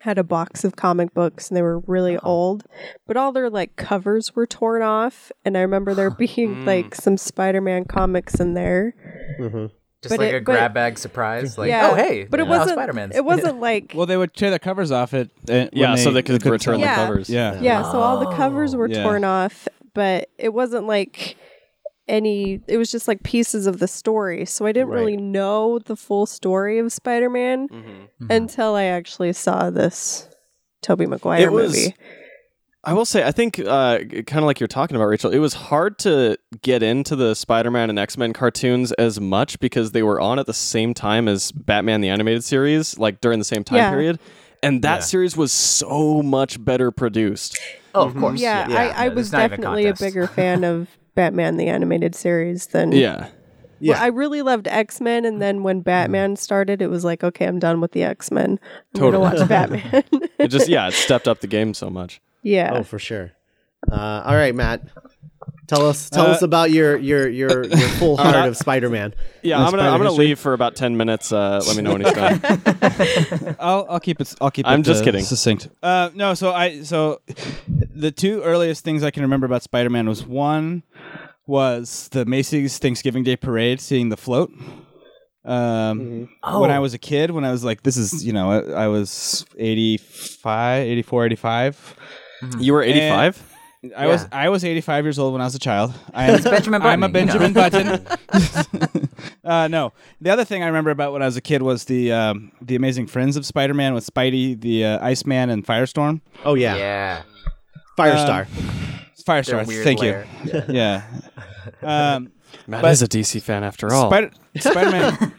S11: had a box of comic books and they were really old, but all their like covers were torn
S8: Mm,
S11: off and I remember there being like some Spider-Man comics in there.
S8: Just like a grab bag surprise, like, oh, hey,
S11: but it
S8: oh,
S11: wasn't.
S8: Spider-Man's.
S11: It wasn't like
S10: Well, they would tear the covers off it. uh, when
S9: Yeah, so they could return the
S11: yeah.
S9: covers.
S10: Yeah.
S11: Yeah, so all the covers were
S10: Yeah.
S11: torn off, but it wasn't like any it was just like pieces of the story. So I didn't
S7: Right.
S11: really know the full story of Spider-Man until I actually saw this Toby Maguire
S9: It was-
S11: movie.
S9: I will say, I think, uh, kind of like you're talking about, Rachel, it was hard to get into the Spider Man and X Men cartoons as much because they were on at the same time as Batman the Animated Series, like during the same time
S11: Yeah.
S9: period. And that
S11: Yeah.
S9: series was so much better produced.
S8: Oh, of course.
S11: Yeah, I, I was definitely a, bigger fan of Batman the animated series than
S9: Yeah.
S11: Mm. Well, I really loved X Men, and then when
S9: Mm.
S11: Batman started, it was like, okay, I'm done with the X Men. I'm gonna watch Batman.
S9: it just, yeah, it stepped up the game so much.
S11: Yeah.
S7: Oh, for sure. Uh, all right, Matt. Tell us tell
S9: Uh,
S7: us about your your your, your full
S9: All right.
S7: heart of Spider-Man.
S9: Yeah,
S7: Uh,
S9: I'm gonna I'm
S7: Spider
S9: gonna
S7: history.
S9: leave for about ten minutes. Uh, let me know when he's done.
S10: I'll I'll keep it. I'll keep.
S9: I'm
S10: it,
S9: just
S10: uh,
S9: kidding.
S10: Succinct. Uh, no, so I so the two earliest things I can remember about Spider-Man was one was the Macy's Thanksgiving Day Parade, seeing the float. Um, when I
S8: Oh.
S10: was a kid, when I was like, this is you know, I, I was 85, 84, 85.
S9: You were
S10: And
S9: 85?
S10: I was
S8: Yeah.
S10: I was 85 years old when I was a child. I
S8: It's Benjamin
S10: I'm a
S8: Button, you know.
S10: Benjamin Button. Uh, no. The other thing I remember about when I was a kid was the um, the Amazing Friends of Spider-Man with Spidey, the uh, Iceman, and Firestorm.
S7: Oh yeah.
S8: Yeah.
S7: Firestar.
S10: Firestar.
S8: weird
S10: Thank
S8: lair.
S10: you. Yeah. Um,
S9: Matt
S10: but-
S9: is a DC fan after all.
S10: Spider- Spider-Man.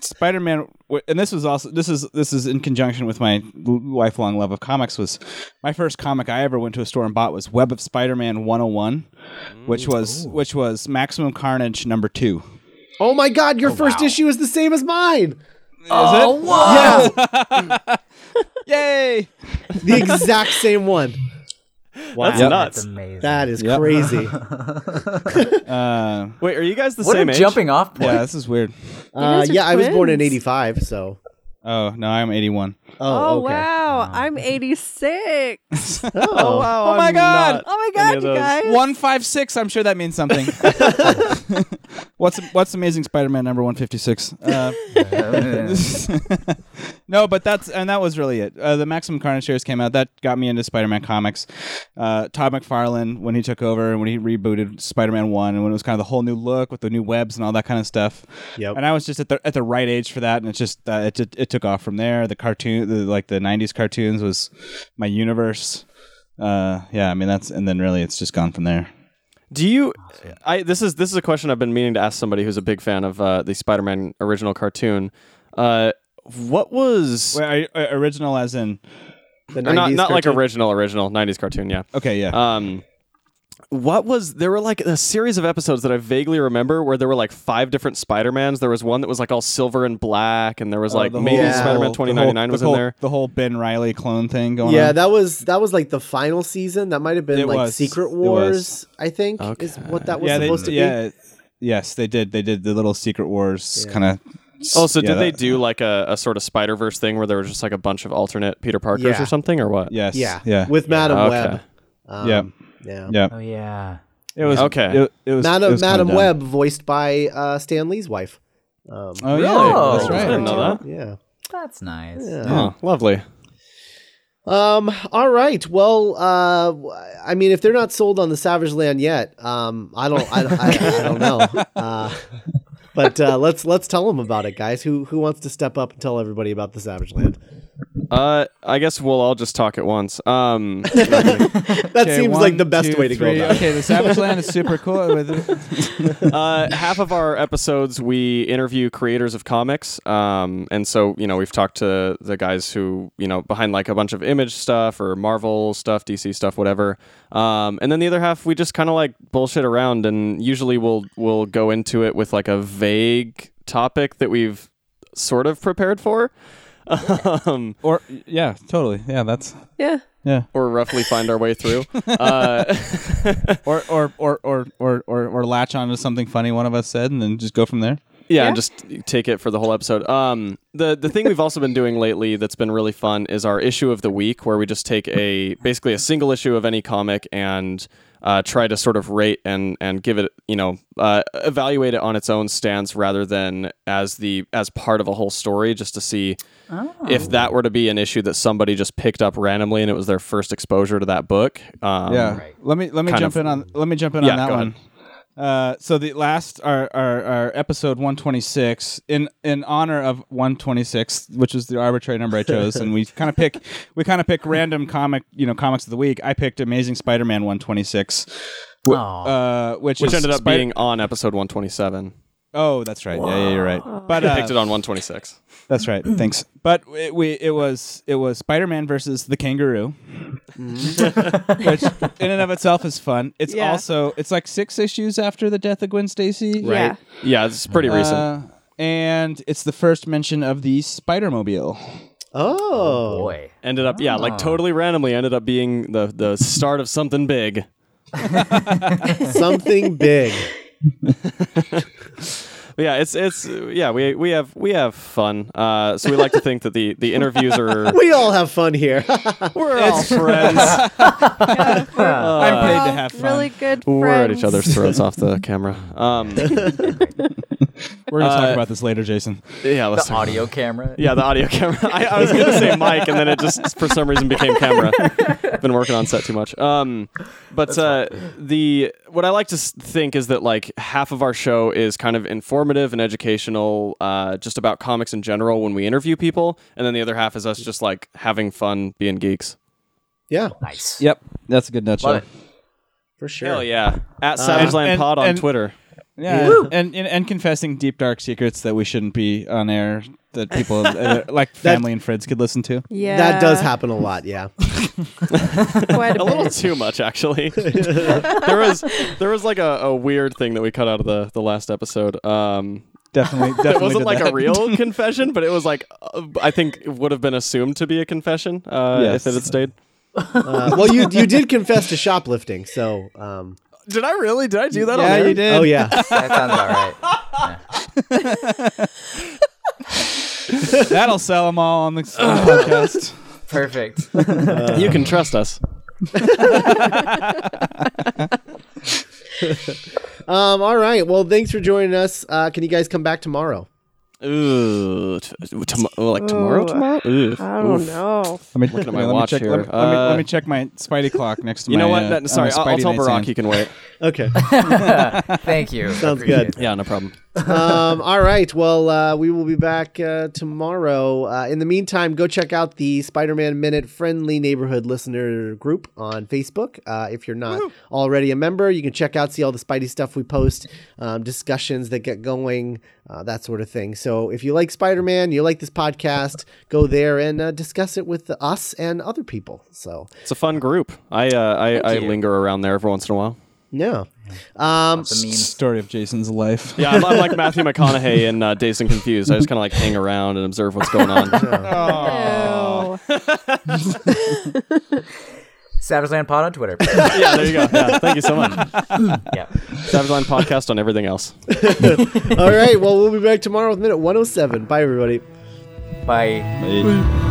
S10: Spider-Man, w- and this was also this is this is in conjunction with my l- lifelong love of comics. Was my first comic I ever went to a store and bought was Web of Spider-Man 101, which was which was Maximum Carnage number two.
S7: Oh my god, your first issue is the same as mine.
S10: Oh,
S7: Yeah,
S10: Yay!
S7: the exact same one.
S9: That's
S10: Yep.
S9: nuts.
S8: amazing.
S7: That is
S10: Yep.
S7: crazy.
S10: Uh,
S9: Wait, are you guys the
S8: what
S9: same
S8: a
S9: age?
S8: jumping off point.
S10: yeah, this is weird.
S7: Uh,
S11: guys are
S7: yeah, I was born in
S11: twins.
S7: 85, so.
S10: Oh no, I'm 81.
S7: Oh,
S11: Oh,
S7: okay.
S11: wow, I'm 86.
S7: Oh,
S10: Oh my god!
S11: Oh my
S9: Any
S11: god,
S9: of
S11: you
S9: those.
S11: guys!
S10: One five six. I'm sure that means something. what's what's Amazing Spider-Man number one fifty six? Uh, no, but that's and that was really it. Uh, the Maximum Carnage series came out. That got me into Spider-Man comics. Uh, Todd McFarlane when he took over and when he rebooted Spider-Man One and when it was kind of the whole new look with the new webs and all that kind of stuff.
S7: Yep.
S10: And I was just at the at the right age for that, and it's just uh, it just, it took off from there. The cartoon, the, like the '90s cartoons, was my universe. Uh, yeah, I mean that's and then really it's just gone from there.
S9: Do you? I this is this is a question I've been meaning to ask somebody who's a big fan of uh, the Spider-Man original cartoon. Uh, what was
S10: Wait, are, are original as in
S7: The
S9: or not
S7: 90s
S9: not like
S7: cartoon.
S9: original original '90s cartoon? Yeah.
S10: okay, yeah.
S9: Um, what was there were like a series of episodes that I vaguely remember where there were like five different Spider Mans. There was one that was like all silver and black, and there was
S10: Uh,
S9: like
S10: the
S9: maybe
S10: whole-
S9: Spider-Man
S10: the
S9: twenty
S10: whole-
S9: ninety nine
S10: the
S9: was
S10: whole-
S9: in there.
S10: The whole Ben Riley clone thing going
S7: Yeah,
S10: on.
S7: that was that was like the final season. That might have been
S10: It
S7: like
S10: was.
S7: Secret
S10: It
S7: Wars,
S10: was.
S7: I think, is
S9: Okay.
S7: what that was
S10: yeah,
S7: supposed
S10: they,
S7: to be.
S10: yeah, yes, they did. They did the little Secret Wars kind of.
S9: Oh, so did they
S10: that-
S9: do like a, a sort of Spider Verse thing where there was just like a bunch of alternate Peter Parkers
S7: Yeah.
S9: or something, or what?
S10: Yes.
S7: Yeah,
S10: Yeah.
S7: with Madam
S9: Okay.
S7: Web. Um,
S10: yeah.
S7: Yeah.
S10: Yeah.
S8: Oh yeah.
S10: It was
S9: Okay.
S10: It, it was it
S7: Madam
S10: was
S7: Madam
S10: kinda dumb.
S7: Webb, voiced by uh, Stan Lee's wife. Um,
S10: Oh yeah,
S8: Really?
S10: that's right.
S9: I didn't know that.
S7: yeah.
S8: That's nice.
S9: Oh, lovely.
S7: Um. All right. Well. Uh. I mean, if they're not sold on the Savage Land yet, um, I don't. I, I, I don't know. Uh, but uh, let's let's tell them about it, guys. Who who wants to step up and tell everybody about the Savage Land?
S9: Uh, I guess we'll all just talk at once. Um,
S7: That
S10: Okay,
S7: seems
S10: one,
S7: like the best
S10: two,
S7: way to
S10: three.
S7: go. About it.
S10: Okay, the Savage Land is super cool. With
S9: uh, half of our episodes we interview creators of comics, um, and so you know we've talked to the guys who you know behind like a bunch of Image stuff or Marvel stuff, DC stuff, whatever. Um, and then the other half we just kind of like bullshit around, and usually we'll we'll go into it with like a vague topic that we've sort of prepared for. Um,
S10: or yeah, totally. Yeah, that's
S11: Yeah.
S10: yeah.
S9: or roughly find our way through. Uh,
S10: Or or or or or or, or latch onto something funny one of us said, and then just go from there.
S9: yeah, and just take it for the whole episode. Um, the the thing we've also been doing lately that's been really fun is our issue of the week, where we just take a basically a single issue of any comic and uh, try to sort of rate and and give it you know uh, evaluate it on its own stance rather than as the as part of a whole story just to see
S8: Oh.
S9: if that were to be an issue that somebody just picked up randomly and it was their first exposure to that book. Um,
S10: yeah. Let me let me
S9: kind
S10: jump
S9: of-
S10: in on let me jump in
S9: Yeah,
S10: on that
S9: go
S10: one. Uh, so the last our, our, our episode 126 in in honor of 126 which is the arbitrary number i chose and we kind of pick we kind of pick random comic you know comics of the week i picked amazing spider-man 126 wh- uh, which,
S9: which
S10: is
S9: ended up
S10: Spider-
S9: being on episode 127.
S10: oh that's right yeah, yeah you're right but
S9: I
S10: uh,
S9: picked it on 126.
S10: that's right thanks but it, we it was it was spider-man versus the kangaroo which in and of itself is fun it's
S11: Yeah.
S10: also it's like six issues after the death of gwen stacy
S11: Right. Yeah.
S9: Yeah, it's pretty recent.
S10: Uh, and it's the first mention of the Spider Mobile.
S7: Oh.
S8: boy.
S9: Ended up, yeah, like totally randomly ended up being the the start of something big.
S7: Something big.
S9: But yeah, it's it's yeah we we have we have fun. Uh, so we like to think that the the interviews are
S7: We all have fun here.
S9: we're all friends. Uh,
S10: I'm paid to have fun.
S11: Really good friends.
S9: We're at each other's throats off the camera. Um,
S10: We're gonna
S9: Uh,
S10: talk about this later, Jason.
S9: yeah, let's
S8: The
S9: talk-
S8: audio camera.
S9: Yeah, the audio camera. I, I was gonna say mic, and then it just for some reason became camera. Been working on set too much. Um, but uh, the what I like to s- think is that like half of our show is kind of informative and educational, uh, just about comics in general when we interview people, and then the other half is us just like having fun being geeks.
S7: Yeah,
S8: Nice.
S10: Yep, that's a good nutshell.
S8: Love it.
S7: for sure.
S9: Hell yeah! At Savageland
S10: Uh, and-
S9: Pod on
S10: and-
S9: Twitter.
S10: Yeah, and, and and confessing deep dark secrets that we shouldn't be on air that people uh, like family and friends could listen to.
S11: Yeah.
S7: That does happen a lot, yeah.
S11: Quite a,
S9: a little
S11: bit.
S9: too much actually there was there was like a, a weird thing that we cut out of the the last episode um
S10: Definitely, definitely.
S9: it wasn't
S10: did
S9: like
S10: that.
S9: a real confession but it was like uh, i think it would have been assumed to be a confession uh
S10: Yes.
S9: if it had stayed
S7: Uh, well, you you did confess to shoplifting, so um,
S9: did i really did i do that
S10: Yeah,
S9: on air?
S10: you did.
S7: oh yeah,
S8: That sounds all right.
S10: That'll sell them all on the, on the podcast.
S8: Perfect.
S9: you can trust us
S7: um, all right. Well, thanks for joining us. Uh, can you guys come back tomorrow?
S9: Ooh, t- tom- oh, like tomorrow
S11: Ooh.
S9: tomorrow Oof.
S11: I don't
S9: Oof.
S11: know.
S10: Let me,
S9: Looking at my
S10: let me
S9: watch
S10: check,
S9: here.
S10: Let me, let me- let
S9: Uh,
S10: me check my Spidey clock next to
S9: you
S10: my.
S9: know what
S10: uh,
S9: That-
S10: on
S9: sorry
S10: my
S9: I'll, I'll
S10: Spidey
S9: tell
S10: nightstand.
S9: barack he can wait
S7: Okay.
S8: Thank you.
S7: Sounds
S8: Appreciate
S7: good.
S8: it.
S9: yeah no problem
S7: um, all right. Well, uh, we will be back uh, tomorrow. Uh, in the meantime, go check out the Spider Man Minute Friendly Neighborhood Listener Group on Facebook. Uh, if you're not already a member, you can check out, see all the Spidey stuff we post, um, discussions that get going, uh, that sort of thing. So if you like Spider Man, you like this podcast, go there and uh, discuss it with us and other people. So,
S9: it's a fun group i uh i, I linger around there every once in a while
S7: yeah. Um,
S8: The memes.
S10: Story of Jason's life.
S9: Yeah, I'm, I'm like Matthew McConaughey in uh, Dazed and Confused. I just kind of like hang around and observe what's going on.
S11: Oh.
S8: Savage Pod on Twitter.
S9: yeah, there you go. Yeah, thank you so much.
S8: yeah.
S9: Savage Line podcast on everything else.
S7: oh all right. Well, we'll be back tomorrow with Minute 107. Bye, everybody.
S8: Bye.
S10: Yeah.